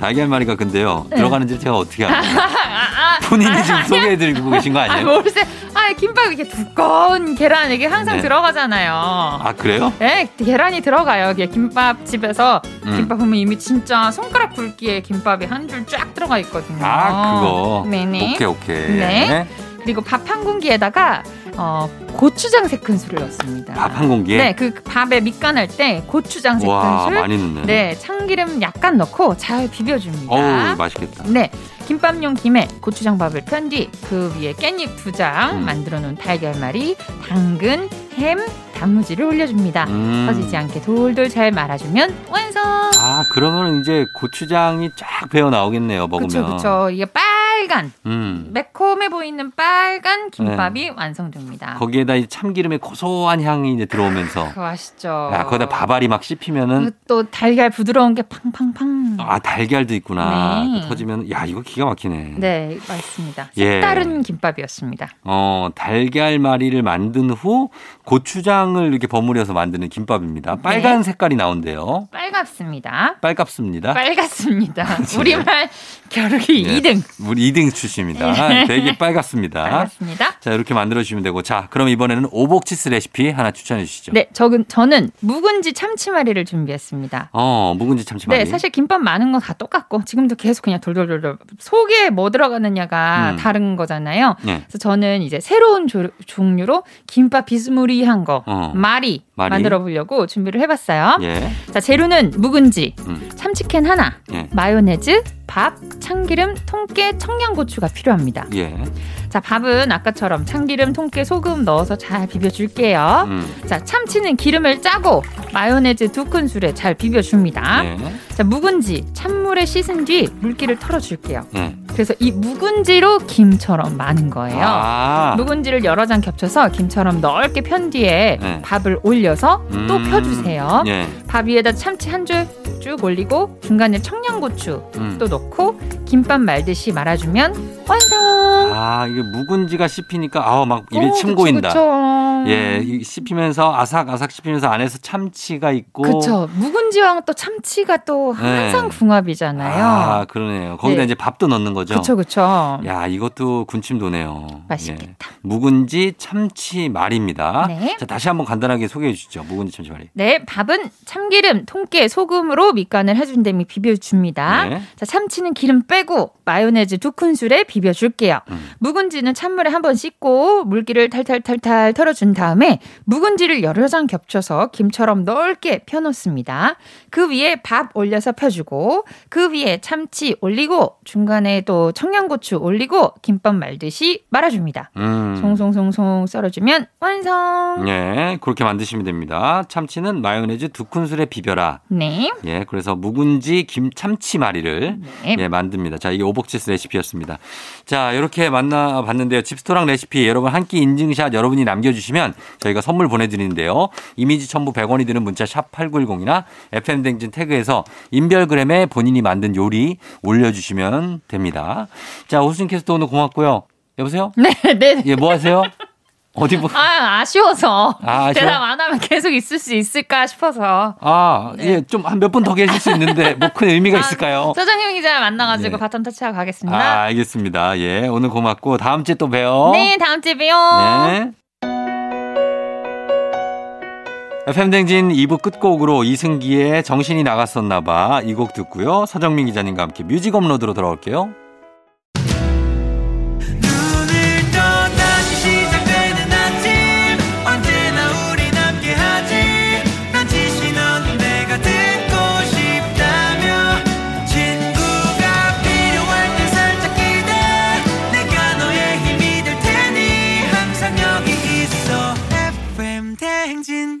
달걀말이가 근데요. 네. 들어가는지 제가 어떻게 알아요? 아, 아, 아, 본인이 지금 소개해 드리고 계신 거 아, 아니에요? 모르세. 아, 김밥 이렇게 두꺼운 계란 이게 항상 네. 들어가잖아요. 아, 그래요? 네, 계란이 들어가요. 이게 김밥 집에서 음. 김밥 보면 이미 진짜 손가락 굵기에 김밥이 한 줄 쫙 들어가 있거든요. 아, 그거. 네네. 오케이, 오케이. 네. 그리고 밥 한 공기에다가 어, 고추장 세 큰술을 넣습니다. 밥 한 공기에 네, 그 밥에 밑간할 때 고추장 세 와, 큰술, 많이 넣네. 네, 참기름 약간 넣고 잘 비벼줍니다. 어우, 맛있겠다. 네, 김밥용 김에 고추장밥을 편 뒤 그 위에 깻잎 두 장 음. 만들어 놓은 달걀말이, 당근, 햄, 단무지를 올려줍니다. 음. 퍼지지 않게 돌돌 잘 말아주면 완성. 아, 그러면 이제 고추장이 쫙 배어 나오겠네요, 먹으면. 그쵸 그쵸. 이게 빨간 음. 매콤해 보이는 빨간 김밥이 네. 완성됩니다. 거기에다 이 참기름의 고소한 향이 이제 들어오면서 그거 아시죠? 야, 거기다 밥알이 막 씹히면은 그렇죠. 그또 달걀 부드러운 게 팡팡팡. 아, 달걀도 있구나. 네. 그 터지면 야, 이거 기가 막히네. 네, 맞습니다. 예. 색다른 김밥이었습니다. 어, 달걀말이를 만든 후 고추장을 이렇게 버무려서 만드는 김밥입니다. 네. 빨간 색깔이 나온대요. 빨갛습니다. 빨갛습니다. 빨갛습니다. 우리말 겨루기 아. 예. 2등. 우리 2등 네. 출신입니다. 아, 되게 빨갛습니다. 빨갛습니다. 자, 이렇게 만들어 주시면 되고 자, 그럼 이번에는 오복치스 레시피 하나 추천해 주시죠. 네, 저는, 저는 묵은지 참치마리를 준비했습니다. 어, 묵은지 참치말이. 네, 사실 김밥 많은 건 다 똑같고 지금도 계속 그냥 돌돌돌돌 속에 뭐 들어가느냐가 음. 다른 거잖아요. 네. 그래서 저는 이제 새로운 조- 종류로 김밥 비스무리한 거 어. 마리, 마리. 만들어 보려고 준비를 해봤어요. 예. 자, 재료는 묵은지, 음. 참치캔 하나, 예. 마요네즈, 밥, 참기름, 통깨, 청양고추가 필요합니다. 예. 자, 밥은 아까처럼 참기름, 통깨, 소금 넣어서 잘 비벼줄게요. 음. 자, 참치는 기름을 짜고 마요네즈 두 큰술에 잘 비벼줍니다. 예. 자, 묵은지 찬물에 씻은 뒤 물기를 털어줄게요. 예. 그래서 이 묵은지로 김처럼 마는 거예요. 아. 묵은지를 여러 장 겹쳐서 김처럼 넓게 편 뒤에 네. 밥을 올려서 또 음. 펴주세요. 예. 밥 위에다 참치 한 줄 쭉 올리고 중간에 청양고추 음. 또 넣고 김밥 말듯이 말아주면 완성. 아, 이게 묵은지가 씹히니까 아우 막 입이 오, 침 그쵸, 음. 고인다. 그쵸. 예, 이 씹히면서 아삭아삭 씹히면서 안에서 참치가 있고. 그쵸. 묵은지와 또 참치가 또 네. 항상 궁합이잖아요. 아, 그러네요. 거기다 네. 이제 밥도 넣는 거죠. 그쵸, 그쵸. 야, 이것도 군침 도네요. 예. 맛있겠다. 묵은지 참치 말입니다. 네. 자, 다시 한번 간단하게 소개해 주시죠. 묵은지 참치 말이. 네, 밥은 참기름, 통깨, 소금으로 밑간을 해준 다음에 비벼줍니다. 네. 자, 참치는 기름 빼고 마요네즈 두 큰술에 비벼줄게요. 음. 묵은지는 찬물에 한번 씻고 물기를 탈탈탈탈 털어준 다음에 묵은지를 여러 장 겹쳐서 김처럼 넓게 펴놓습니다. 그 위에 밥 올려서 펴주고 그 위에 참치 올리고 중간에 또 청양고추 올리고 김밥 말듯이 말아줍니다. 음. 송송송송 썰어주면 완성. 예, 그렇게 만드시면 됩니다. 참치는 마요네즈 두 큰술에 비벼라. 네. 예, 그래서 묵은지 김 참치 마리를 네. 예, 만듭니다. 자, 이게 오복치스 레시피였습니다. 자, 이렇게 만나봤는데요. 집스토랑 레시피 여러분 한 끼 인증샷 여러분이 남겨주시면 저희가 선물 보내드리는데요. 이미지 첨부 100원이 드는 문자 샵 8910이나 FM댕진 태그에서 인별그램에 본인이 만든 요리 올려주시면 됩니다. 자, 오수진 캐스터 오늘 고맙고요. 여보세요? 네, 네. 예, 뭐 하세요? 어디 뭐. 아, 아쉬워서. 아, 아쉬워요? 대답 안 하면 계속 있을 수 있을까 싶어서. 아, 예, 좀 한 몇 분 더 계실 수 있는데 뭐 큰 의미가 네. 아, 있을까요? 서장님 기자 만나가지고 네. 바텀 터치하고 가겠습니다. 아, 알겠습니다. 예, 오늘 고맙고 다음 주에 또 봬요. 네, 다음 주에 봬요. 네. 팬댕진 2부 끝곡으로 이승기의 정신이 나갔었나봐 이 곡 듣고요. 서정민 기자님과 함께 뮤직 업로드로 돌아올게요. 눈을 떠 다시 시작되는 아침 언제나 우린 함께하지 난 지시 넌 내가 듣고 싶다며 친구가 필요할 때 살짝 기대 내가 너의 힘이 될 테니 항상 여기 있어 FM 대행진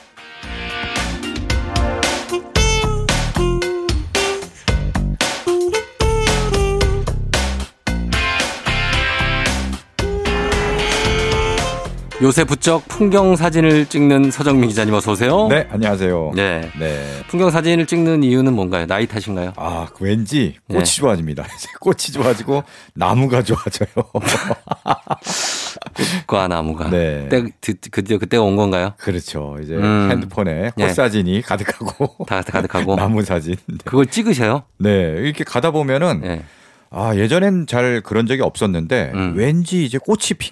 요새 부쩍 풍경 사진을 찍는 서정민 기자님 어서 오세요. 네, 안녕하세요. 네. 네. 풍경 사진을 찍는 이유는 뭔가요? 나이 탓인가요? 아, 그 왠지 꽃이 네. 좋아집니다. 이제 꽃이 좋아지고 나무가 좋아져요. 과 나무가. 네. 때, 그, 그때 그때가 온 건가요? 그렇죠. 이제 음. 핸드폰에 꽃 네. 사진이 가득하고 다 가득하고 나무 사진. 그걸 찍으세요? 네, 이렇게 가다 보면은 네. 아, 예전엔 잘 그런 적이 없었는데 음. 왠지 이제 꽃이 피,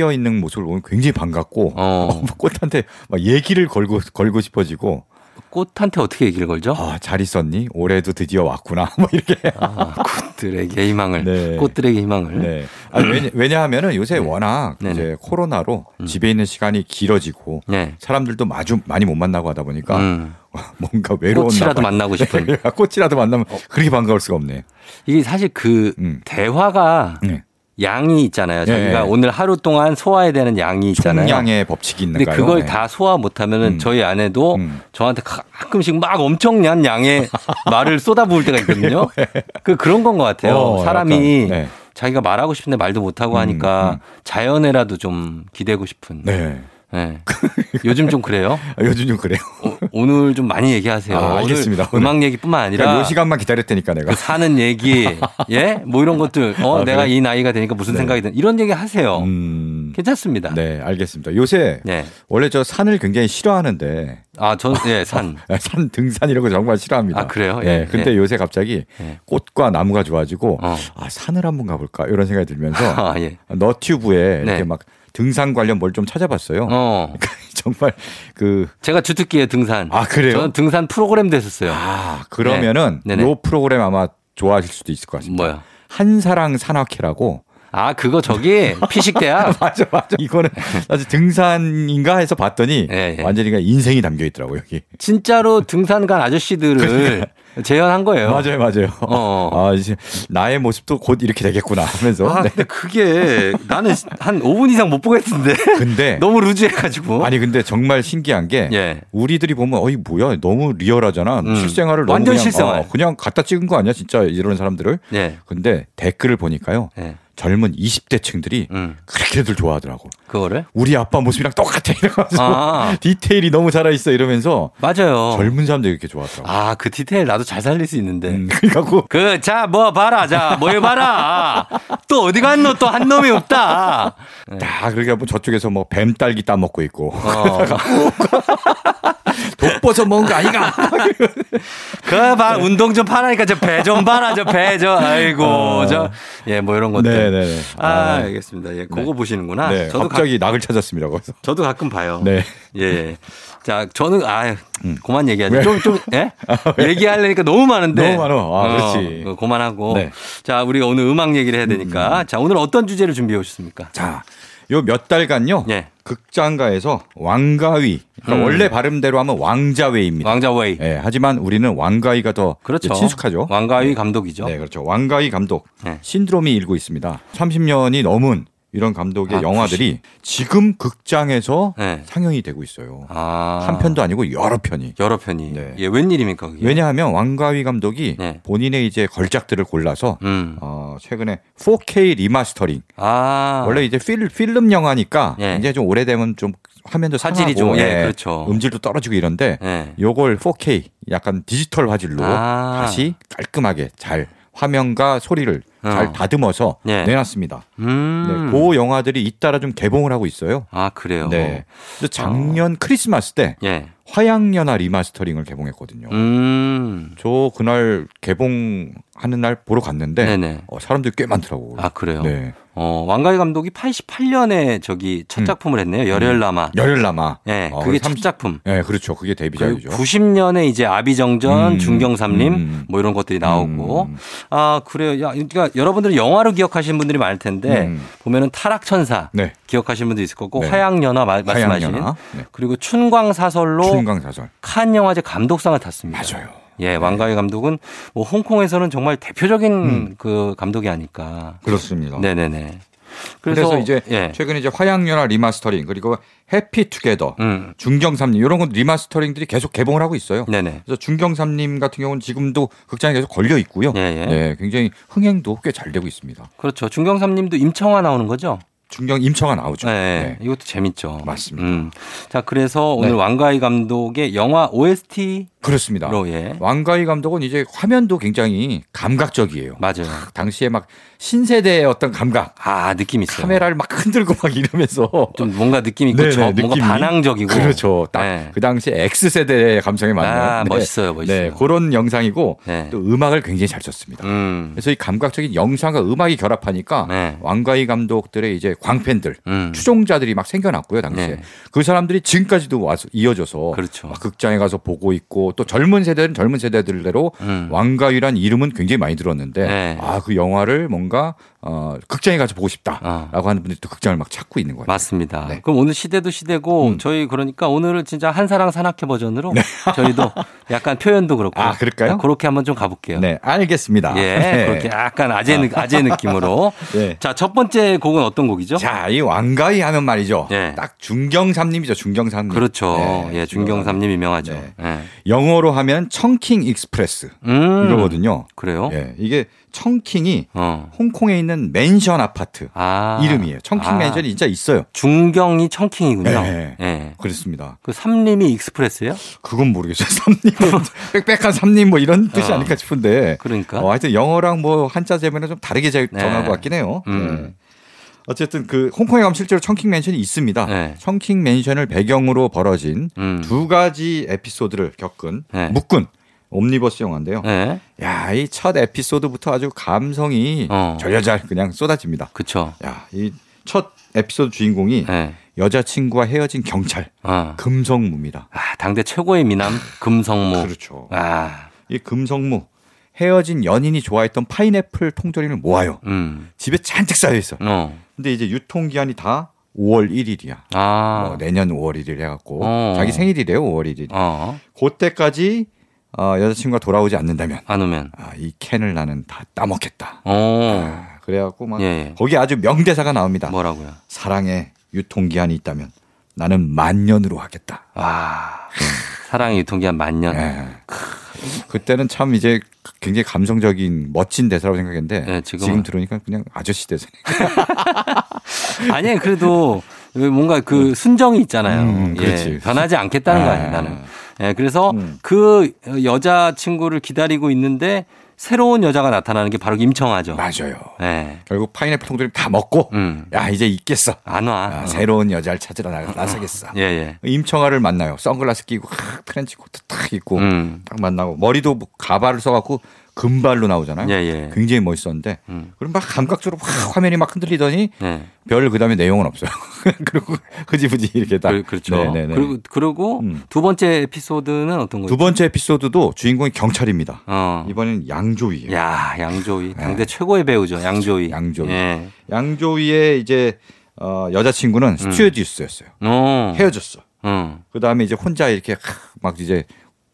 어 있는 모습을 보면 굉장히 반갑고 어. 꽃한테 막 얘기를 걸고 걸고 싶어지고 꽃한테 어떻게 얘기를 걸죠? 아, 잘 있었니? 올해도 드디어 왔구나. 뭐 이렇게. 아, 꽃들에게 희망을, 네. 꽃들에게 희망을. 네. 아, 왜냐, 왜냐하면은 요새 워낙 네네. 음. 이제 코로나로 집에 있는 시간이 길어지고 네. 사람들도 마주 많이 못 만나고 하다 보니까 음, 뭔가 외로운 꽃이라도 나발. 만나고 싶은. 아, 어. 네, 꽃이라도 만나면 그렇게 반가울 수가 없네. 이게 사실 그 음. 대화가 네. 양이 있잖아요. 자기가 네. 오늘 하루 동안 소화해야 되는 양이 있잖아요. 총량의 법칙이 근데 있는가요? 그걸 네. 다 소화 못하면은 음. 저희 아내도 음. 저한테 가끔씩 막 엄청난 양의 말을 쏟아부을 때가 있거든요. 그 그런 건 것 같아요. 네. 어, 사람이 약간, 네. 자기가 말하고 싶은데 말도 못하고 음, 하니까 음. 자연에라도 좀 기대고 싶은. 네. 네. 요즘 좀 그래요. 아, 요즘 좀 그래요. 오- 어, 오늘 좀 많이 얘기하세요. 아, 알겠습니다. 오늘 음악 얘기뿐만 그러니까 아니라 요 시간만 기다릴 테니까 내가. 그 사는 얘기, 예, 뭐 이런 것들. 어, 아, 내가 그래요? 이 나이가 되니까 무슨 네. 생각이 드는 이런 얘기 하세요. 음. 괜찮습니다. 네, 알겠습니다. 요새 네. 원래 저 산을 굉장히 싫어하는데 아, 전, 예, 산. 산 등산 이런 거 정말 싫어합니다. 아, 그래요? 예. 예, 근데 요새 갑자기 예. 꽃과 나무가 좋아지고 어. 아 산을 한번 가볼까 이런 생각이 들면서 아, 예. 너튜브에 네. 이렇게 막 등산 관련 뭘 좀 찾아봤어요. 어. 정말 그 제가 주특기에 등산. 아, 그래요? 저는 등산 프로그램 됐었어요. 아, 그러면은 네. 네네. 요 프로그램 아마 좋아하실 수도 있을 것 같습니다. 뭐야? 한사랑 산악회라고 아, 그거 저기 피식대학. 맞아 맞아 이거는 사실 등산인가 해서 봤더니 예, 예. 완전히 그냥 인생이 담겨 있더라고 여기 진짜로 등산 간 아저씨들을 재현한 거예요. 맞아요 맞아요 어. 아 이제 나의 모습도 곧 이렇게 되겠구나 하면서 아, 네. 근데 그게 나는 한 5분 이상 못 보겠는데. 근데 너무 루즈해가지고. 아니 근데 정말 신기한 게 어? 예. 우리들이 보면 어이 뭐야 너무 리얼하잖아 음. 실생활을 너무 완전 그냥, 실생활. 어, 그냥 갖다 찍은 거 아니야 진짜 이런 사람들을 예. 근데 댓글을 보니까요 예. 젊은 20대층들이 음. 그렇게들 좋아하더라고 그거를? 우리 아빠 모습이랑 똑같아 이러면서 아. 디테일이 너무 살아있어 이러면서 맞아요. 젊은 사람들이 이렇게 좋아하더라고 아, 네. 그 디테일 나도 잘 살릴 수 있는데. 음, 그래갖고 그, 자, 뭐 봐라, 자, 뭐 해봐라. 또 어디 갔노? 또 한 놈이 없다. 다 그러니까 뭐 저쪽에서 뭐 뱀딸기 따먹고 있고 네. 어. 독버섯 먹은 거 아니가 그, 봐, 네. 운동 좀 파라니까 저 배 좀 봐라, 저 배, 저, 아이고, 어. 저, 예, 뭐 이런 것들. 네네네 아, 알겠습니다. 예, 그거 네. 보시는구나. 네, 저도, 갑자기 낙을 찾았습니다 거기서 가, 저도 가끔 봐요. 네 음. 예, 예. 자, 저는, 아 그만 얘기하자. 왜? 아, 좀, 좀, 예? 얘기하려니까 너무 많은데. 너무 많아. 아, 그렇지. 어, 그만하고. 네. 자, 우리가 오늘 음악 얘기를 해야 되니까. 자, 오늘 어떤 주제를 준비해 오셨습니까? 자, 아, 요 몇 달간요. 예. 극장가에서 왕가위. 그러니까 음. 원래 발음대로 하면 왕자웨이입니다. 왕자웨이. 예, 하지만 우리는 왕가위가 더 그렇죠. 친숙하죠. 왕가위 감독이죠. 네, 그렇죠. 왕가위 감독 네. 신드롬이 일고 있습니다. 30년이 넘은 이런 감독의 아, 영화들이 지금 극장에서 네. 상영이 되고 있어요. 아. 한 편도 아니고 여러 편이. 여러 편이. 네. 예, 웬일입니까, 그게? 왜냐하면 왕가위 감독이 네. 본인의 이제 걸작들을 골라서 음. 어, 최근에 4K 리마스터링 아. 원래 이제 필, 필름 영화니까 예. 이제 좀 오래되면 좀 화면도 화질이 상하고, 좀, 예, 그렇죠. 음질도 떨어지고 이런데 예. 요걸 4K 약간 디지털 화질로 아. 다시 깔끔하게 잘 화면과 소리를 어. 잘 다듬어서 예. 내놨습니다. 음. 네, 그 영화들이 잇따라 좀 개봉을 하고 있어요. 아, 그래요. 어. 네. 근데 작년 크리스마스 때 예. 화양연화 리마스터링을 개봉했거든요. 음. 저 그날 개봉하는 날 보러 갔는데 네네. 어, 사람들이 꽤 많더라고요. 아, 그래요. 네. 어, 왕가위 감독이 88년에 저기 첫 음. 작품을 했네요. 열혈남아. 열일남아. 예. 어, 그게 삼- 첫 작품. 예, 그렇죠. 그게 데뷔작이죠. 그리고 90년에 이제 아비정전, 음. 중경삼림 음. 뭐 이런 것들이 나오고 음. 아 그래요. 야, 그러니까 여러분들이 영화로 기억하시는 분들이 많을 텐데 음. 보면은 타락천사 네. 기억하시는 분도 있을 거고 네. 화양연화 마- 말씀하신 화양연화. 네. 그리고 춘광사설로 춘강사설. 칸 영화제 감독상을 탔습니다. 맞아요. 네. 예, 왕가위 감독은 뭐 홍콩에서는 정말 대표적인 그 감독이 아닐까. 음. 그렇습니다. 네네네. 그렇죠. 그래서, 이제 예. 최근에 이제 화양연화 리마스터링 그리고 해피투게더, 음. 중경삼림 이런 건 리마스터링들이 계속 개봉을 하고 있어요. 네네. 그래서 중경삼림 같은 경우는 지금도 극장에 계속 걸려 있고요. 예, 예. 네, 굉장히 흥행도 꽤 잘 되고 있습니다. 그렇죠. 중경삼님도 임청아 나오는 거죠? 중경 임청아 나오죠. 네. 네. 이것도 재밌죠. 맞습니다. 음. 자, 그래서 네. 아. 오늘 왕가위 감독의 영화 OST로 그렇습니다. 예. 왕가희 감독은 이제 화면도 굉장히 감각적이에요. 맞아요. 당시에 막 신세대의 어떤 감각, 아, 느낌 있어요. 카메라를 막 흔들고 막 이러면서 좀 뭔가 느낌 있고 네네, 저 뭔가 느낌이. 반항적이고 그렇죠. 딱 그 네. 당시 X 세대의 감성에 맞는 아, 멋있어요, 멋있어요. 네, 그런 영상이고 네. 또 음악을 굉장히 잘 썼습니다. 음. 그래서 이 감각적인 영상과 음악이 결합하니까 네. 왕가희 감독들의 이제 광팬들, 음. 추종자들이 막 생겨났고요 당시에 네. 그 사람들이 지금까지도 와서 이어져서 그렇죠. 막 극장에 가서 보고 있고 또 젊은 세대는 젊은 세대들대로 음. 왕가위란 이름은 굉장히 많이 들었는데 네. 아 그 영화를 뭔가 어, 극장에 가서 보고 아. 싶다라고 하는 분들이 또 극장을 막 찾고 있는 거예요. 맞습니다. 네. 그럼 오늘 시대도 시대고 음. 네. 저희 그러니까 오늘은 진짜 한사랑 산악회 버전으로 저희도 약간 표현도 그렇고 아, 그럴까요? 그렇게 한번 좀 가볼게요. 네, 알겠습니다. 예, 네. 그렇게 약간 아재 느, 아재 느낌으로. 네. 자, 첫 번째 곡은 어떤 곡이죠? 자, 이 왕가위 하면 말이죠. 예. 딱 중경삼림이죠, 중경삼림. 그렇죠. 네, 예, 중경삼님 유명하죠. 네. 예. 영어로 하면 청킹 익스프레스 음, 이거거든요. 그래요? 예, 이게 청킹이 어. 홍콩에 있는 맨션 아파트 아. 이름이에요. 청킹 아. 맨션이 진짜 있어요. 중경이 청킹이군요. 네. 예. 그렇습니다. 그 삼림이 익스프레스예요? 그건 모르겠어요. 삼림, 빽빽한 삼림 뭐 이런 뜻이 어. 아닐까 싶은데. 그러니까. 어, 하여튼 영어랑 뭐 한자 재면은 좀 다르게 잘 네. 전한 것 같긴 해요. 음. 예. 어쨌든 그 홍콩에 가면 실제로 청킹 맨션이 있습니다. 네. 청킹 맨션을 배경으로 벌어진 음. 두 가지 에피소드를 겪은 네. 묶은 옴니버스 영화인데요. 예. 야, 이 첫 에피소드부터 아주 감성이 어. 절여잘 그냥 쏟아집니다. 그쵸. 야, 이 첫 에피소드 주인공이 예. 여자친구와 헤어진 경찰 어. 금성무입니다. 아, 당대 최고의 미남 금성모. 그렇죠. 아, 이 금성무 헤어진 연인이 좋아했던 파인애플 통조림을 모아요. 음, 집에 잔뜩 쌓여 있어. 어, 근데 이제 유통 기한이 다 5월 1일이야. 뭐 아, 내년 5월 1일 해갖고 어. 자기 생일이래요. 5월 1일. 어, 그때까지 어, 여자친구가 돌아오지 않는다면 안 오면, 아, 이 캔을 나는 다 따먹겠다. 어, 아, 그래갖고 막 예, 예. 거기 아주 명대사가 나옵니다. 뭐라고요? 사랑에 유통 기한이 있다면 나는 만년으로 하겠다. 와, 아, 음. 사랑의 유통기한 만년. 예. 그때는 참 이제 굉장히 감성적인 멋진 대사라고 생각했는데 예, 지금, 지금은- 들으니까 그냥 아저씨 대사. 아니, 그래도 뭔가 그 순정이 있잖아요. 음, 예, 그렇지. 변하지 않겠다는 거 아니에요, 아. 나는. 예, 그래서 음. 그 여자친구를 기다리고 있는데 새로운 여자가 나타나는 게 바로 임청아죠. 맞아요. 예, 결국 파인애플 통조림 다 먹고 음, 야 이제 있겠어. 안 와. 아, 어. 새로운 여자를 찾으러 나, 나서겠어. 예, 예. 임청아를 만나요. 선글라스 끼고 크, 트렌치 코트 딱 입고 음. 딱 만나고 머리도 뭐 가발을 써갖고 금발로 나오잖아요. 예, 예. 굉장히 멋있었는데 음. 그럼 막 감각적으로 확 화면이 막 흔들리더니 예. 별 그다음에 내용은 없어요. 그리고 흐지부지 이렇게 딱. 그, 그렇죠. 네네네. 그리고 그리고 음. 두 번째 에피소드는 어떤 거예요? 두 번째 에피소드도 주인공이 경찰입니다. 어. 이번엔 양조위예요. 야, 양조위. 당대 최고의 배우죠. 양조위. 양조위. 예. 양조위의 이제 어, 여자친구는 스튜어디스였어요. 음. 어. 헤어졌어. 어. 그 다음에 이제 혼자 이렇게 하- 막 이제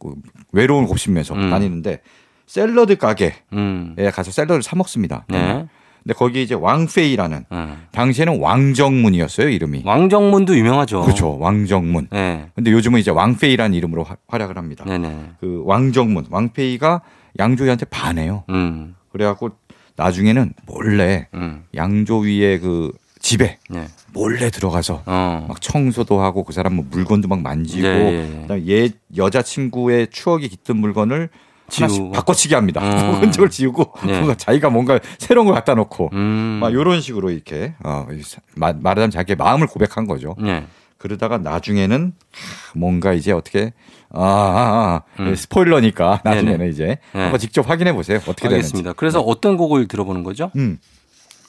그 외로움을 곱씹면서 음. 다니는데 샐러드 가게에 음. 가서 샐러드를 사 먹습니다. 네. 근데 거기 이제 왕페이라는 어. 당시에는 왕정문이었어요 이름이. 왕정문도 유명하죠. 그렇죠 왕정문. 예. 근데 요즘은 이제 왕페이라는 이름으로 화- 활약을 합니다. 네, 네. 그 왕정문 왕페이가 양조위한테 반해요. 음. 그래가지고 나중에는 몰래 음. 양조위의 그 집에 예. 몰래 들어가서 어. 막 청소도 하고 그 사람 뭐 물건도 막 만지고 예, 예, 예. 그다음에 옛 여자친구의 추억이 깃든 물건을 지우고. 하나씩 바꿔치기 합니다. 음. 흔적을 지우고 예. 뭔가 자기가 뭔가 새로운 걸 갖다 놓고 음. 막 이런 식으로 이렇게 어, 이 사- 마- 말하자면 자기의 마음을 고백한 거죠. 예. 그러다가 나중에는 하, 뭔가 이제 어떻게 아, 아, 아. 스포일러니까 나중에는 음. 네네. 이제 네. 한번 직접 확인해 보세요. 어떻게 되는지. 네. 알겠습니다. 그래서 어떤 곡을 들어보는 거죠? 음.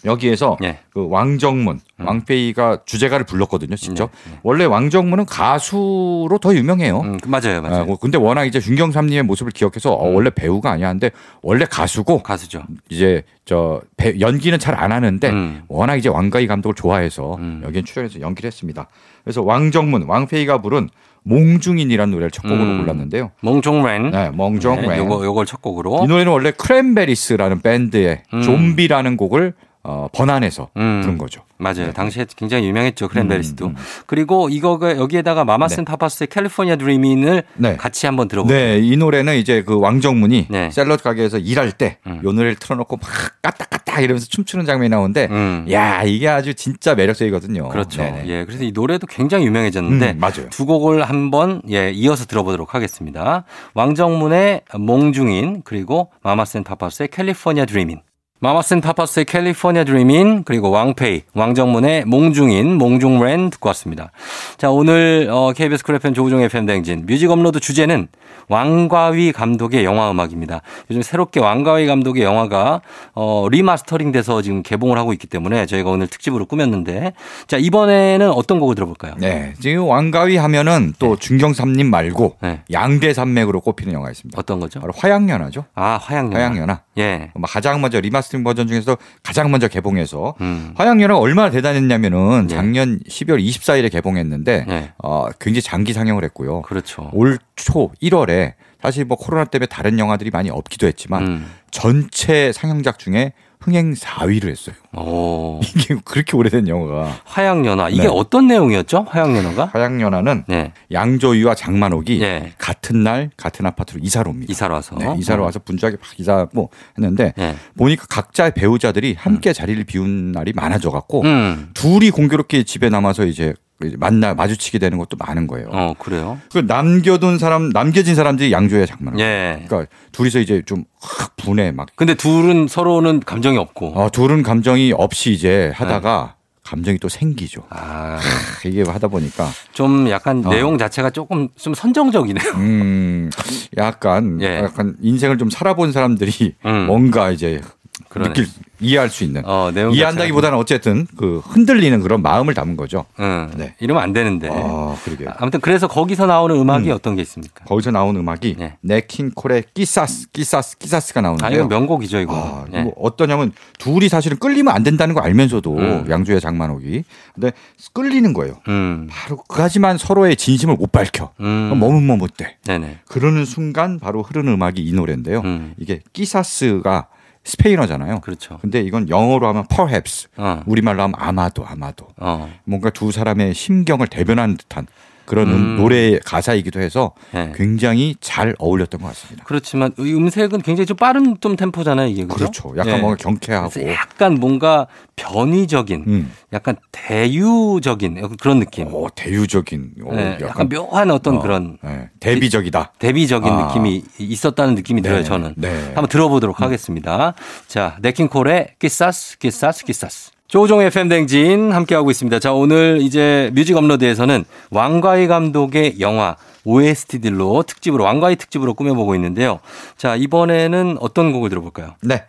여기에서 예. 음. 그 왕정문, 왕페이가 주제가를 불렀거든요, 직접. 원래 왕정문은 가수로 더 유명해요. 네, 음, 맞아요. 음. 아, 맞아요. 뭐 근데 워낙 이제 윤경삼님의 모습을 기억해서 어, 원래 배우가 아니야. 근데 원래 가수고 가수죠. 이제 저 배- 연기는 잘 안 하는데 음. 워낙 이제 왕가희 감독을 좋아해서 음. 여기엔 출연해서 연기를 했습니다. 그래서 왕정문, 왕페이가 부른 몽중인이라는 노래를 첫 곡으로 음. 골랐는데요. 몽종맨. 네, 멍정맨. 네, 요거 요걸 첫 곡으로. 이 노래는 원래 크랜베리스라는 밴드의 음. 좀비라는 곡을 어, 번안해서 음. 부른 거죠. 맞아요. 네. 당시에 굉장히 유명했죠. 크랜베리스도. 음, 음. 그리고 이거가 여기에다가 마마슨 파파스의 캘리포니아 드리밍을 네. 같이 한번 들어볼게요. 네, 이 노래는 이제 그 왕정문이 네. 샐러드 가게에서 일할 때 이 음. 노래를 틀어놓고 막 까딱까딱 이러면서 춤추는 장면이 나오는데, 음. 야 이게 아주 진짜 매력적이거든요. 그렇죠. 네. 네네. 예. 그래서 이 노래도 굉장히 유명해졌는데 음, 맞아요. 두 곡을 한번 예, 이어서 들어보도록 하겠습니다. 왕정문의 몽중인 그리고 마마슨 파파스의 캘리포니아 드리밍. 마마슨 파파스의 캘리포니아 드리민 그리고 왕페이 왕정문의 몽중인 몽중랜 듣고 왔습니다. 자 오늘 어, KBS 쿨 FM 조우종 FM 댕진 뮤직 업로드 주제는 왕가위 감독의 영화 음악입니다. 요즘 새롭게 왕가위 감독의 영화가 어, 리마스터링돼서 지금 개봉을 하고 있기 때문에 저희가 오늘 특집으로 꾸몄는데 자 이번에는 어떤 곡을 들어볼까요? 네, 지금 왕가위 하면은 또 중경삼림 말고 네. 양대 산맥으로 꼽히는 영화 있습니다. 어떤 거죠? 바로 화양연화죠. 아 화양연화. 화양연화. 예. 아마 가장 먼저 리마스터링 버전 중에서 가장 먼저 개봉해서 음. 화양연화가 얼마나 대단했냐면은 네. 작년 12월 24일에 개봉했는데 네. 어, 굉장히 장기 상영을 했고요. 그렇죠. 어. 올 초 1월에 사실 뭐 코로나 때문에 다른 영화들이 많이 없기도 했지만 음. 전체 상영작 중에 흥행 4위를 했어요. 오. 이게 그렇게 오래된 영화가 화양연화 이게 네. 어떤 내용이었죠? 화양연화가? 화양연화는 네. 양조위와 장만옥이 예. 같은 날 같은 아파트로 이사로 옵니다. 이사로 음. 와서. 어. 네, 이사로 와서 분주하게 막 이사하고 뭐 했는데 예. 보니까 각자의 배우자들이 함께 자리를 비운 날이 많아져 갖고 음. 둘이 공교롭게 집에 남아서 이제 만나 마주치게 되는 것도 많은 거예요. 어 그래요. 그 남겨둔 사람 남겨진 사람들이 양조의 장만옥. 예. 그러니까 둘이서 이제 좀 확 분해 막 근데 둘은 서로는 감정이 없고. 어, 둘은 감정이 없이 이제 하다가 감정이 또 생기죠. 네. 아, 크, 이게 하다 보니까 좀 약간 어. 내용 자체가 조금 좀 선정적이네요. 음, 약간 예. 약간 인생을 좀 살아본 사람들이 음. 뭔가 이제 그러네. 느낄 이해할 수 있는 어, 내용 이해한다기보다는 어쨌든 그 흔들리는 그런 마음을 담은 거죠. 자체가. 응. 네. 이러면 안 되는데. 아, 그러게. 요 아, 아무튼 그래서 거기서 나오는 음악이 어떤 게 있습니까? 거기서 나온 음악이 네. 네킹콜의 끼사스, 끼사스, 끼사스가 아, 나오는데요. 이건 명곡이죠, 이거. 음. 아, 예. 뭐 어떠냐면 둘이 사실은 끌리면 안 된다는 거 알면서도 음. 양주의 장만옥이 근데 끌리는 거예요. 음. 바로 그 하지만 서로의 진심을 못 밝혀 뭐, 음. 머뭇머뭇대. 네네. 그러는 순간 바로 흐르는 음악이 이 노래인데요. 음. 이게 끼사스가 스페인어잖아요. 그렇죠. 근데 이건 영어로 하면 perhaps, 어. 우리말로 하면 아마도 아마도 어. 뭔가 두 사람의 심경을 대변하는 듯한 그런 음. 음, 노래의 가사이기도 해서 네. 굉장히 잘 어울렸던 것 같습니다. 그렇지만 이 음색은 굉장히 좀 빠른 좀 템포잖아요, 이게. 그죠? 그렇죠. 약간 예. 뭔가 경쾌하고 그래서 약간 뭔가 변이적인, 음. 약간 대유적인 그런 느낌. 오, 어, 대유적인 어, 오, 예. 네, 어, 약간, 묘한 어떤 그런 예, 대비적이다. 대비적인 아. 느낌이 있었다는 느낌이 들어요, 네, 저는. 네. 한번 들어보도록 하겠습니다. 자, 네킹콜의 끼사스, 끼사스, 끼사스. 조종의 FM댕진 함께하고 있습니다. 자, 오늘 이제 뮤직 업로드에서는 왕가희 감독의 영화 OST들로 특집으로, 왕가희 특집으로 꾸며보고 있는데요. 자, 이번에는 어떤 곡을 들어볼까요? 네.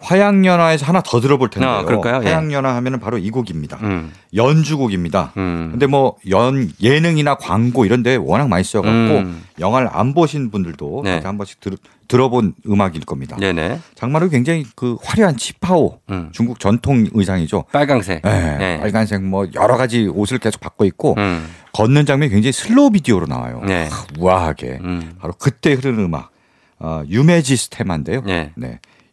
화양연화에서 하나 더 들어볼 텐데요. 아, 그럴까요? 예. 화양연화 하면은 바로 이 곡입니다. 음, 연주곡입니다. 음. 근데 뭐 연 예능이나 광고 이런 데 워낙 많이 쓰여 갖고 음. 영화를 안 보신 분들도 네. 다들 한 번씩 들, 들어본 음악일 겁니다. 네네. 장마루 굉장히 그 화려한 치파오 음. 중국 전통 의상이죠. 빨강색. 예, 네. 빨간색 뭐 여러 가지 옷을 계속 바꿔 입고 음, 걷는 장면이 굉장히 슬로우 비디오로 나와요. 네. 아, 우아하게. 음. 바로 그때 흐르는 음악. 어, 유메지스 테마인데요. 네.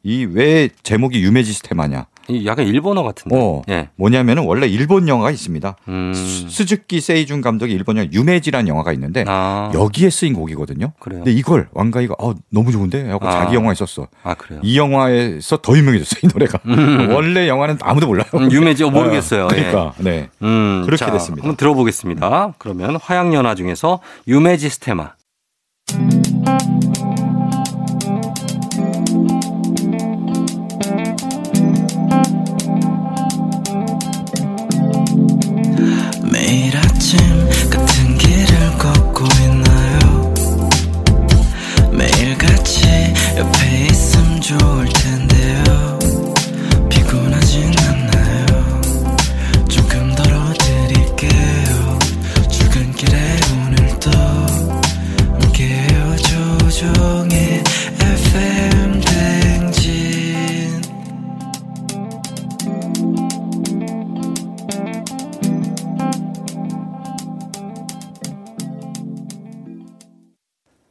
이 왜 제목이 유메지스 테마냐? 이 약간 일본어 같은데. 어. 예. 뭐냐면은 원래 일본 영화가 있습니다. 음. 스- 스즈키 세이준 감독의 일본 영화 유메지라는 영화가 있는데 아, 여기에 쓰인 곡이거든요. 그래요? 근데 이걸 왕가이가 어, 너무 좋은데 하고 아. 자기 영화에 썼어. 아 그래요. 이 영화에서 더 유명해졌어 이 노래가. 원래 영화는 아무도 몰라요. 음, 유명해지죠? 모르겠어요. 예. 그러니까 네. 음, 그렇게 됐습니다. 한번 들어보겠습니다. 그러면 화양연화 중에서 유메지스테마. 매일 아침 같은 길을 걷고 있나요 매일 같이 옆에 있음 좋을 텐데요 피곤하진 않나요 조금 덜어드릴게요 출근길에 오늘도 함께해요 조종의 FM 댕진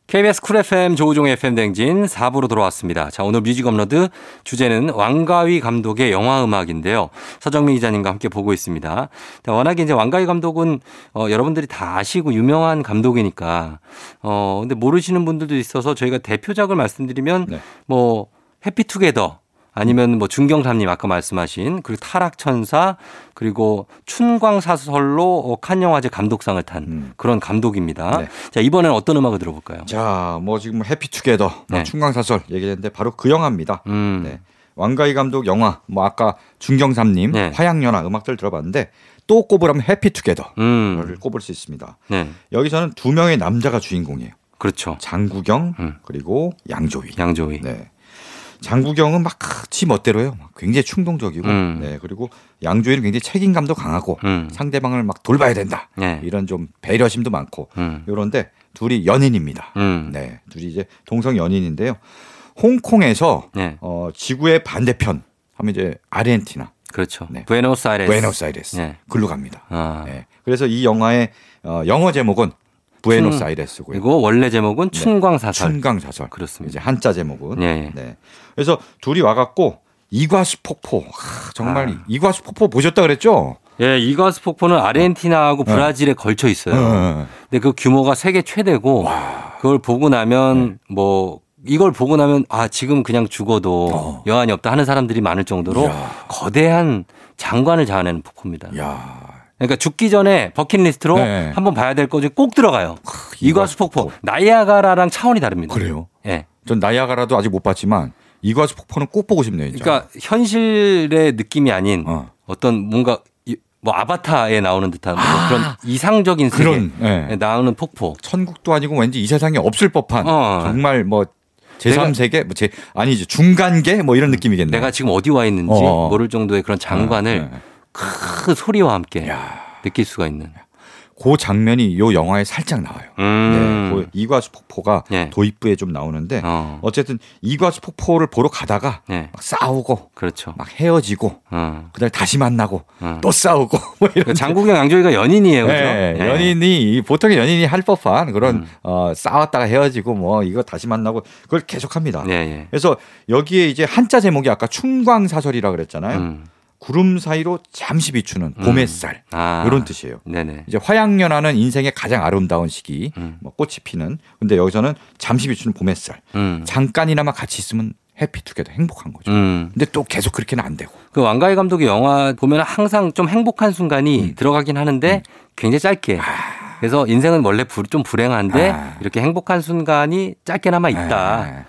KBS 쿨 FM 조우종 FM 댕진 4부로 돌아왔습니다. 자, 오늘 뮤직 업로드 주제는 왕가위 감독의 영화 음악인데요. 서정민 기자님과 함께 보고 있습니다. 자, 워낙에 이제 왕가위 감독은 어, 여러분들이 다 아시고 유명한 감독이니까 어, 근데 모르시는 분들도 있어서 저희가 대표작을 말씀드리면 네. 뭐 해피투게더 아니면 뭐 중경삼림 아까 말씀하신 그리고 타락천사 그리고 춘광사설로 어, 칸영화제 감독상을 탄 음. 그런 감독입니다. 네. 자 이번에는 어떤 음악을 들어볼까요? 자, 뭐 지금 해피투게더, 네. 뭐 춘광사설 얘기했는데 바로 그 영화입니다. 음. 네. 왕가희 감독 영화 뭐 아까 중경삼님 네. 화양연화 음악들 들어봤는데 또 꼽으라면 해피투게더를 음. 꼽을 수 있습니다. 네. 여기서는 두 명의 남자가 주인공이에요. 그렇죠. 장구경 음. 그리고 양조위. 양조위. 네. 장구경은 막 지 멋대로요. 막 굉장히 충동적이고, 음. 네 그리고 양조위는 굉장히 책임감도 강하고 음. 상대방을 막 돌봐야 된다. 네. 이런 좀 배려심도 많고 음. 이런데 둘이 연인입니다. 음. 네, 둘이 이제 동성 연인인데요. 홍콩에서 네. 어, 지구의 반대편 하면 이제 아르헨티나, 그렇죠. 네. 부에노스아이레스. 부에노스아이레스 네. 글로 갑니다. 아. 네, 그래서 이 영화의 어, 영어 제목은 부에노스아이레스고요. 그리고 원래 제목은 춘광사설. 네. 춘강 사설. 그렇습니다. 이제 한자 제목은. 예, 예. 네. 그래서 둘이 와갖고 이과수 폭포. 아, 정말 아. 이과수 폭포 보셨다 그랬죠? 예, 이과수 폭포는 아르헨티나하고 네. 브라질에 걸쳐 있어요. 응. 근데 그 규모가 세계 최대고 그걸 보고 나면 네. 뭐 이걸 보고 나면 아 지금 그냥 죽어도 어. 여한이 없다 하는 사람들이 많을 정도로 이야. 거대한 장관을 자아내는 폭포입니다. 야. 그러니까 죽기 전에 버킷리스트로 네. 한번 봐야 될 거지 꼭 들어가요. 이과수 이과수 폭포 나이아가라랑 차원이 다릅니다. 그래요? 예. 전 나이아가라도 아직 못 봤지만 이과수 폭포는 꼭 보고 싶네요. 진짜. 그러니까 현실의 느낌이 아닌 어. 어떤 뭔가 이- 뭐 아바타에 나오는 듯한 뭐 그런 이상적인 세계에 아. 그런 예. 나오는 폭포. 천국도 아니고 왠지 이 세상에 없을 법한 어. 정말 뭐 제3세계 뭐 제, 아니지 중간계 뭐 이런 음. 느낌이겠네. 내가 지금 어디 와 있는지 어. 모를 정도의 그런 장관을 네. 크 소리와 함께 야. 느낄 수가 있는. 그 장면이 요 영화에 살짝 나와요. 네, 음. 그 이과수 폭포가 네. 도입부에 좀 나오는데 어. 어쨌든 이과수 폭포를 보러 가다가 네. 막 싸우고 그렇죠. 막 헤어지고 어. 그다음에 다시 만나고 어. 또 싸우고 뭐 그러니까 이런 장국영 양조위가 연인이에요. 그죠? 예, 예. 연인이 보통의 연인이 할 법한 그런 음. 어, 싸웠다가 헤어지고 뭐 이거 다시 만나고 그걸 계속합니다. 예, 예. 그래서 여기에 이제 한자 제목이 아까 춘광사설이라 그랬잖아요. 음. 구름 사이로 잠시 비추는 봄의 쌀 아. 이런 뜻이에요. 네네. 이제 화양연화는 인생의 가장 아름다운 시기, 음. 뭐 꽃이 피는. 근데 여기서는 잠시 비추는 봄의 쌀. 음. 잠깐이나마 같이 있으면 해피투게더 행복한 거죠. 음. 근데 또 계속 그렇게는 안 되고. 그 왕가희 감독의 영화 보면 항상 좀 행복한 순간이 음. 들어가긴 하는데 굉장히 짧게. 그래서 인생은 원래 불- 좀 불행한데 아. 이렇게 행복한 순간이 짧게나마 있다.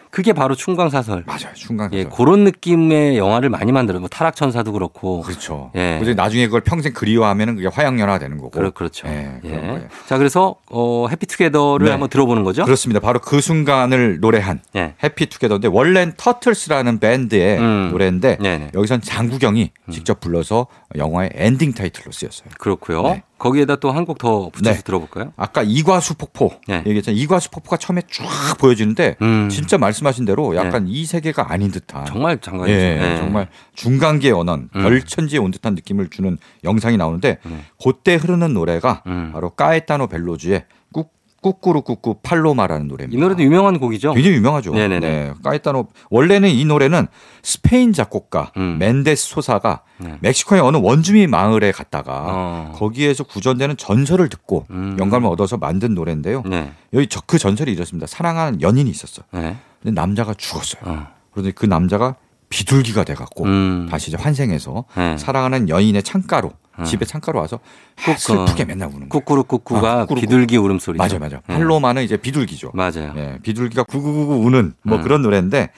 아. 그게 바로 춘광사설. 맞아요. 순간. 예, 그런 느낌의 영화를 많이 만들어요. 뭐 타락천사도 그렇고. 그렇죠. 예. 그래서 나중에 그걸 평생 그리워하면은 그게 화양연화 되는 거고. 그렇, 그렇죠. 예, 그런 예. 거예요. 자, 그래서 어, 해피투게더를 네. 한번 들어보는 거죠. 그렇습니다. 바로 그 순간을 노래한 예. 해피투게더인데 원래는 터틀스라는 밴드의 음. 노래인데 네네. 여기선 장구경이 음. 직접 불러서 영화의 엔딩 타이틀로 쓰였어요. 그렇고요. 네. 거기에다 또 한 곡 더 붙여서 네. 들어볼까요? 아까 이과수 폭포 네. 얘기했잖아요. 이과수 폭포가 처음에 쫙 보여지는데 음. 네. 진짜 말씀하신 대로 약간 이 세계가 아닌 듯한 정말 장관이죠. 네. 예, 정말 중간계 언언, 음. 별천지에 온 듯한 느낌을 주는 영상이 나오는데 네. 그때 흐르는 노래가 음. 바로 까에타노 벨로즈의 꾹- 꾸꾸루 꾸꾸 팔로마라는 노래입니다. 이 노래도 유명한 곡이죠. 굉장히 유명하죠. 어. 네네네. 네, 까에타노 원래는 이 노래는 스페인 작곡가 음. 멘데스 소사가 네. 멕시코의 어느 원주민 마을에 갔다가 어. 거기에서 구전되는 전설을 듣고 음. 영감을 얻어서 만든 노래인데요. 네. 여기 저- 그 전설이 이렇습니다. 사랑하는 연인이 있었어. 네. 근데 남자가 죽었어요. 어. 그런데 그 남자가 비둘기가 돼갖고 음. 다시 이제 환생해서 네. 사랑하는 여인의 창가로 음. 집에 창가로 와서 꾹꾹. 슬프게 맨날 우는 거예요. 쿠쿠루쿠쿠가 아, 쿠쿠루쿠. 비둘기 울음소리죠. 맞아 맞아. 그 네. 팔로마는 이제 비둘기죠. 맞아요. 예, 비둘기가 구구구구 우는 뭐 음. 그런 노래인데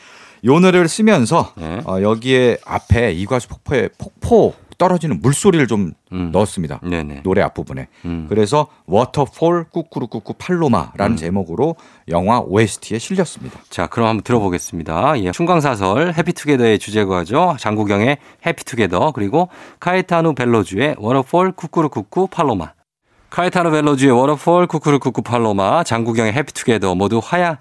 요 노래를 쓰면서 네. 어, 여기에 앞에 이과수 폭포에 폭포 떨어지는 물소리를 좀 음. 넣었습니다. 네네. 노래 앞부분에. 음. 그래서 워터폴 꾸꾸루꾸꾸 팔로마라는 제목으로 영화 OST에 실렸습니다. 자, 그럼 한번 들어보겠습니다. 예, 춘광사설, 해피투게더의 주제가죠. 장국영의 해피투게더, 그리고 카에타누 벨로주의 워터폴 쿠쿠루쿠쿠 팔로마. 카에타누 벨로주의 워터폴 쿠쿠루쿠쿠 팔로마, 장국영의 해피투게더 모두 화야.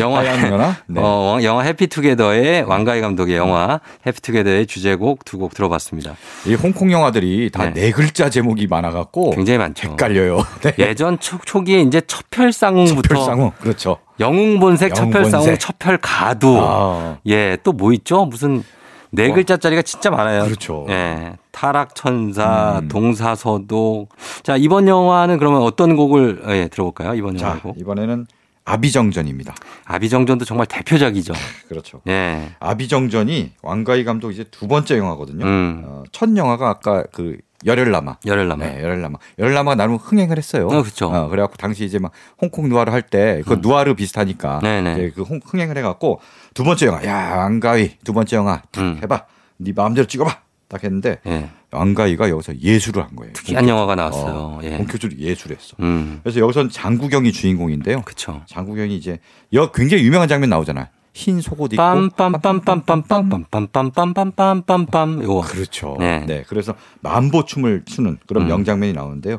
영화, 화양연화? 네. 아, 예. 어, 영화 해피투게더의 왕가희 감독의 영화 해피투게더의 주제곡 두 곡 들어봤습니다. 이 홍콩 영화들이 다 네. 네 글자 제목이 많아갖고 굉장히 많죠. 헷갈려요. 네. 예전 초, 초기에 이제 첩혈상웅부터 별상호 그렇죠. 영웅본색, 첩혈상웅, 영웅본색. 첩혈가도. 아. 예, 또 뭐 있죠? 무슨 네 어. 글자짜리가 진짜 많아요. 그렇죠. 예. 타락천사, 음. 동사서도. 자, 이번 영화는 그러면 어떤 곡을 예, 들어볼까요? 이번 영화 자 곡. 이번에는 아비정전입니다. 아비정전도 정말 대표작이죠. 그렇죠. 예. 아비정전이 왕가희 감독 이제 두 번째 영화거든요. 음. 어, 첫 영화가 아까 그 열혈남아. 열혈남아. 네, 열혈남아. 열혈남아가 나름 흥행을 했어요. 어, 그쵸. 음. 그래갖고 당시 이제 막 홍콩 누아르 할 때, 그 누아르 비슷하니까. 네네. 이제 그 홍- 흥행을 해갖고 두 번째 영화, 야, 안가위. 두 번째 영화, 탁 음. 해봐. 네 마음대로 찍어봐. 딱 했는데, 예. 안가위가 여기서 예술을 한 거예요. 특이한 영화가 나왔어요. 어, 예. 본격적으로 예술했어. 음. 그래서 여기서는 장구경이 주인공인데요. 그쵸. 장국영이 이제 여 굉장히 유명한 장면 나오잖아요. 흰 속옷 입고 빰빰빰빰빰빰빰빰빰빰빰빰 요거. 그렇죠. 네. 네. 그래서 만보 춤을 추는 그런 음. 명장면이 나오는데요.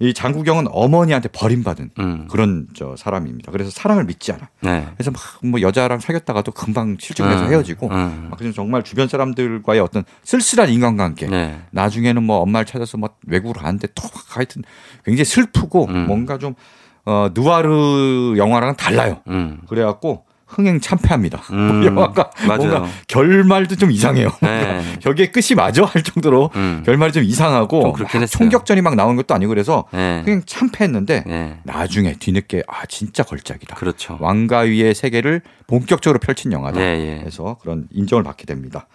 이 장국영은 어머니한테 버림받은 음. 그런 저 사람입니다. 그래서 사랑을 믿지 않아. 네. 그래서 막 뭐 여자랑 사귀었다가도 금방 실직해서 음, 헤어지고 음. 막 그래서 정말 주변 사람들과의 어떤 쓸쓸한 인간관계 네. 나중에는 뭐 엄마를 찾아서 막 외국으로 가는데 또 하여튼 굉장히 슬프고 음. 뭔가 좀 어, 누아르 영화랑 달라요. 음. 그래갖고 흥행 참패합니다. 음, 영화가 맞아요. 뭔가 결말도 좀 이상해요. 네. 여기에 끝이 맞아 할 정도로 음. 결말이 좀 이상하고 좀 그렇긴 막 했어요. 총격전이 막 나오는 것도 아니고 그래서 네. 흥행 참패했는데 네. 나중에 뒤늦게 아 진짜 걸작이다. 그렇죠. 왕가위의 세계를 본격적으로 펼친 영화다. 예, 예. 해서 그런 인정을 받게 됩니다.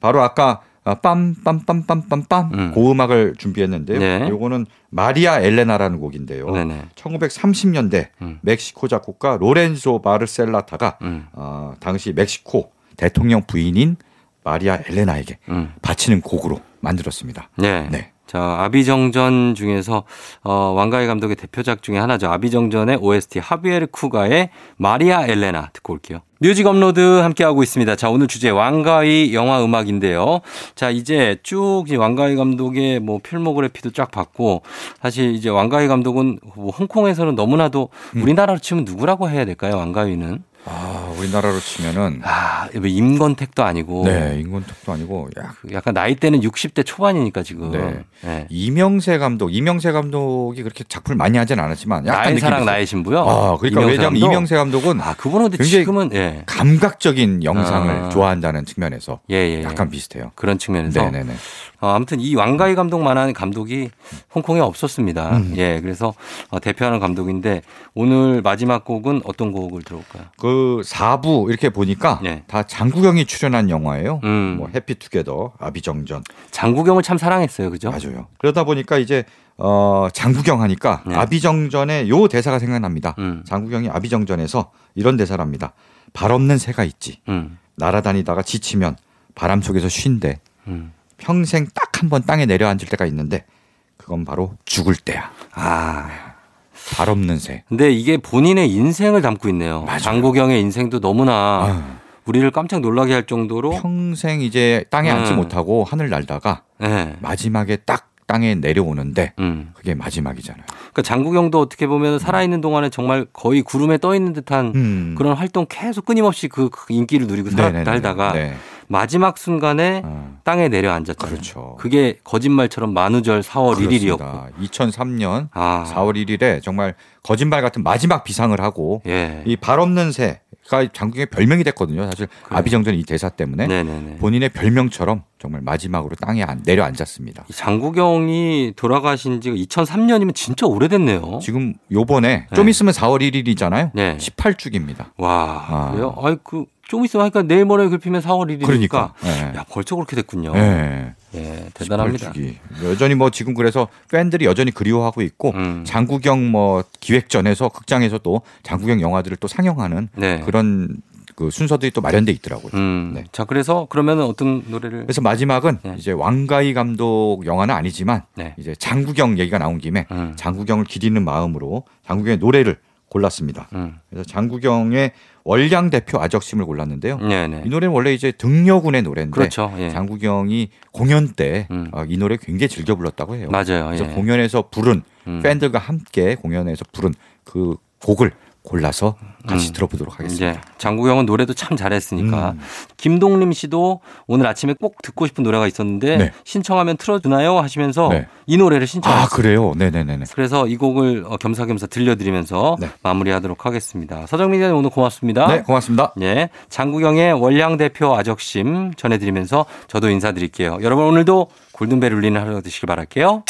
바로 아까 아, 빰빰빰빰빰빰빰 음. 그 음악을 준비했는데요. 네. 요거는 마리아 엘레나라는 곡인데요. 네네. 1930년대 음. 멕시코 작곡가 로렌소 마르셀라타가 음. 어, 당시 멕시코 대통령 부인인 마리아 엘레나에게 음. 바치는 곡으로 만들었습니다. 네. 네. 자, 아비정전 중에서 어, 왕가위 감독의 대표작 중에 하나죠. 아비정전의 OST 하비에르 쿠가의 마리아 엘레나 듣고 올게요. 뮤직 업로드 함께하고 있습니다. 자, 오늘 주제 왕가위 영화 음악인데요. 자, 이제 쭉 이제 왕가위 감독의 뭐 필모그래피도 쫙 봤고 사실 이제 왕가위 감독은 뭐 홍콩에서는 너무나도 음. 우리나라로 치면 누구라고 해야 될까요? 왕가위는 아, 우리나라로 치면은 아, 왜 임건택도 아니고 네, 인권톡도 아니고 야, 그 약간 나이대는 60대 초반이니까 지금. 네. 네. 이명세 감독, 이명세 감독이 그렇게 작품을 많이 하진 않았지만 약간 나의 느낌이 사랑 있어요. 나의 신부요. 아, 그러니까 이명세 왜냐면 감독? 이명세 감독은 아 그분은 근데 굉장히 지금은 예. 감각적인 영상을 아. 좋아한다는 측면에서 예, 예, 예. 약간 비슷해요. 그런 측면에서 네, 네, 네. 어, 아무튼 이 왕가희 감독만한 감독이 홍콩에 없었습니다. 음. 예, 그래서 어, 대표하는 감독인데 오늘 마지막 곡은 어떤 곡을 들어볼까요? 그 4부 이렇게 보니까 네. 다 장국영이 출연한 영화예요. 음. 뭐 해피투게더, 아비정전 장국영을 참 사랑했어요, 그죠? 맞아요. 그러다 보니까 이제 어 장국영 하니까 네. 아비정전의 요 대사가 생각납니다. 음. 장국영이 아비정전에서 이런 대사랍니다. 발 없는 새가 있지. 음, 날아다니다가 지치면 바람 속에서 쉰대. 음. 평생 딱 한 번 땅에 내려앉을 때가 있는데 그건 바로 죽을 때야. 아, 발 없는 새. 근데 이게 본인의 인생을 담고 있네요. 맞아요. 장국영의 인생도 너무나 아, 우리를 깜짝 놀라게 할 정도로 평생 이제 땅에 앉지 음. 못하고 하늘 날다가 예. 마지막에 딱 땅에 내려오는데 음. 그게 마지막이잖아요. 그러니까 장국영도 어떻게 보면 살아있는 동안에 정말 거의 구름에 떠 있는 듯한 음. 그런 활동 계속 끊임없이 그, 그 인기를 누리고 네네네. 살다가 네. 마지막 순간에 어, 땅에 내려앉았잖아요. 그렇죠. 게 거짓말처럼 만우절 4월 1일이었고. 2003년 어, 아. 4월 1일에 정말 거짓말 같은 마지막 비상을 하고 예. 이 발 없는 새가 장국영의 별명이 됐거든요. 사실 그래요. 아비정전 이 대사 때문에 네네네. 본인의 별명처럼 정말 마지막으로 땅에 안- 내려앉았습니다. 이 장국영이 돌아가신 지가 2003년이면 진짜 오래됐네요. 지금 요번에 좀 어? 네. 있으면 4월 1일이잖아요. 네. 18주기입니다. 와. 아. 그래요? 아이, 그, 좀 있으면 하니까 내일 모레 긁히면 4월 1일이니까. 그러니까. 예. 야, 벌써 그렇게 됐군요. 예. 예, 대단합니다. 18주기. 여전히 뭐 지금 그래서 팬들이 여전히 그리워하고 있고 음. 장국영 뭐 기획전에서 극장에서 또 장국영 영화들을 또 상영하는 네. 그런 그 순서들이 또 마련돼 있더라고요. 음. 네. 자, 그래서 그러면 어떤 노래를 그래서 마지막은 네. 이제 왕가희 감독 영화는 아니지만 네. 이제 장국영 얘기가 나온 김에 음. 장국영을 기리는 마음으로 장국영의 노래를 골랐습니다. 음. 그래서 장국영의 월량 대표 아적심을 골랐는데요. 네, 네. 이 노래는 원래 이제 등려군의 노래인데 그렇죠. 예. 장국영이 공연 때 아, 이 음. 노래 굉장히 즐겨 불렀다고 해요. 맞아요. 그래서 예. 공연에서 부른 음. 팬들과 함께 공연에서 부른 그 곡을 골라서 같이 음. 들어보도록 하겠습니다. 이제 장국영은 노래도 참 잘했으니까 음. 김동림 씨도 오늘 아침에 꼭 듣고 싶은 노래가 있었는데 네. 신청하면 틀어주나요 하시면서 네. 이 노래를 아 신청했어요. 그래요? 네네네네. 그래서 이 곡을 어, 겸사겸사 들려드리면서 네. 마무리하도록 하겠습니다. 서정민 기자님 오늘 고맙습니다. 네 고맙습니다. 예, 장국영의 월량 대표 아적심 전해드리면서 저도 인사드릴게요. 여러분 오늘도 골든벨 울리는 하루 되시길 바랄게요.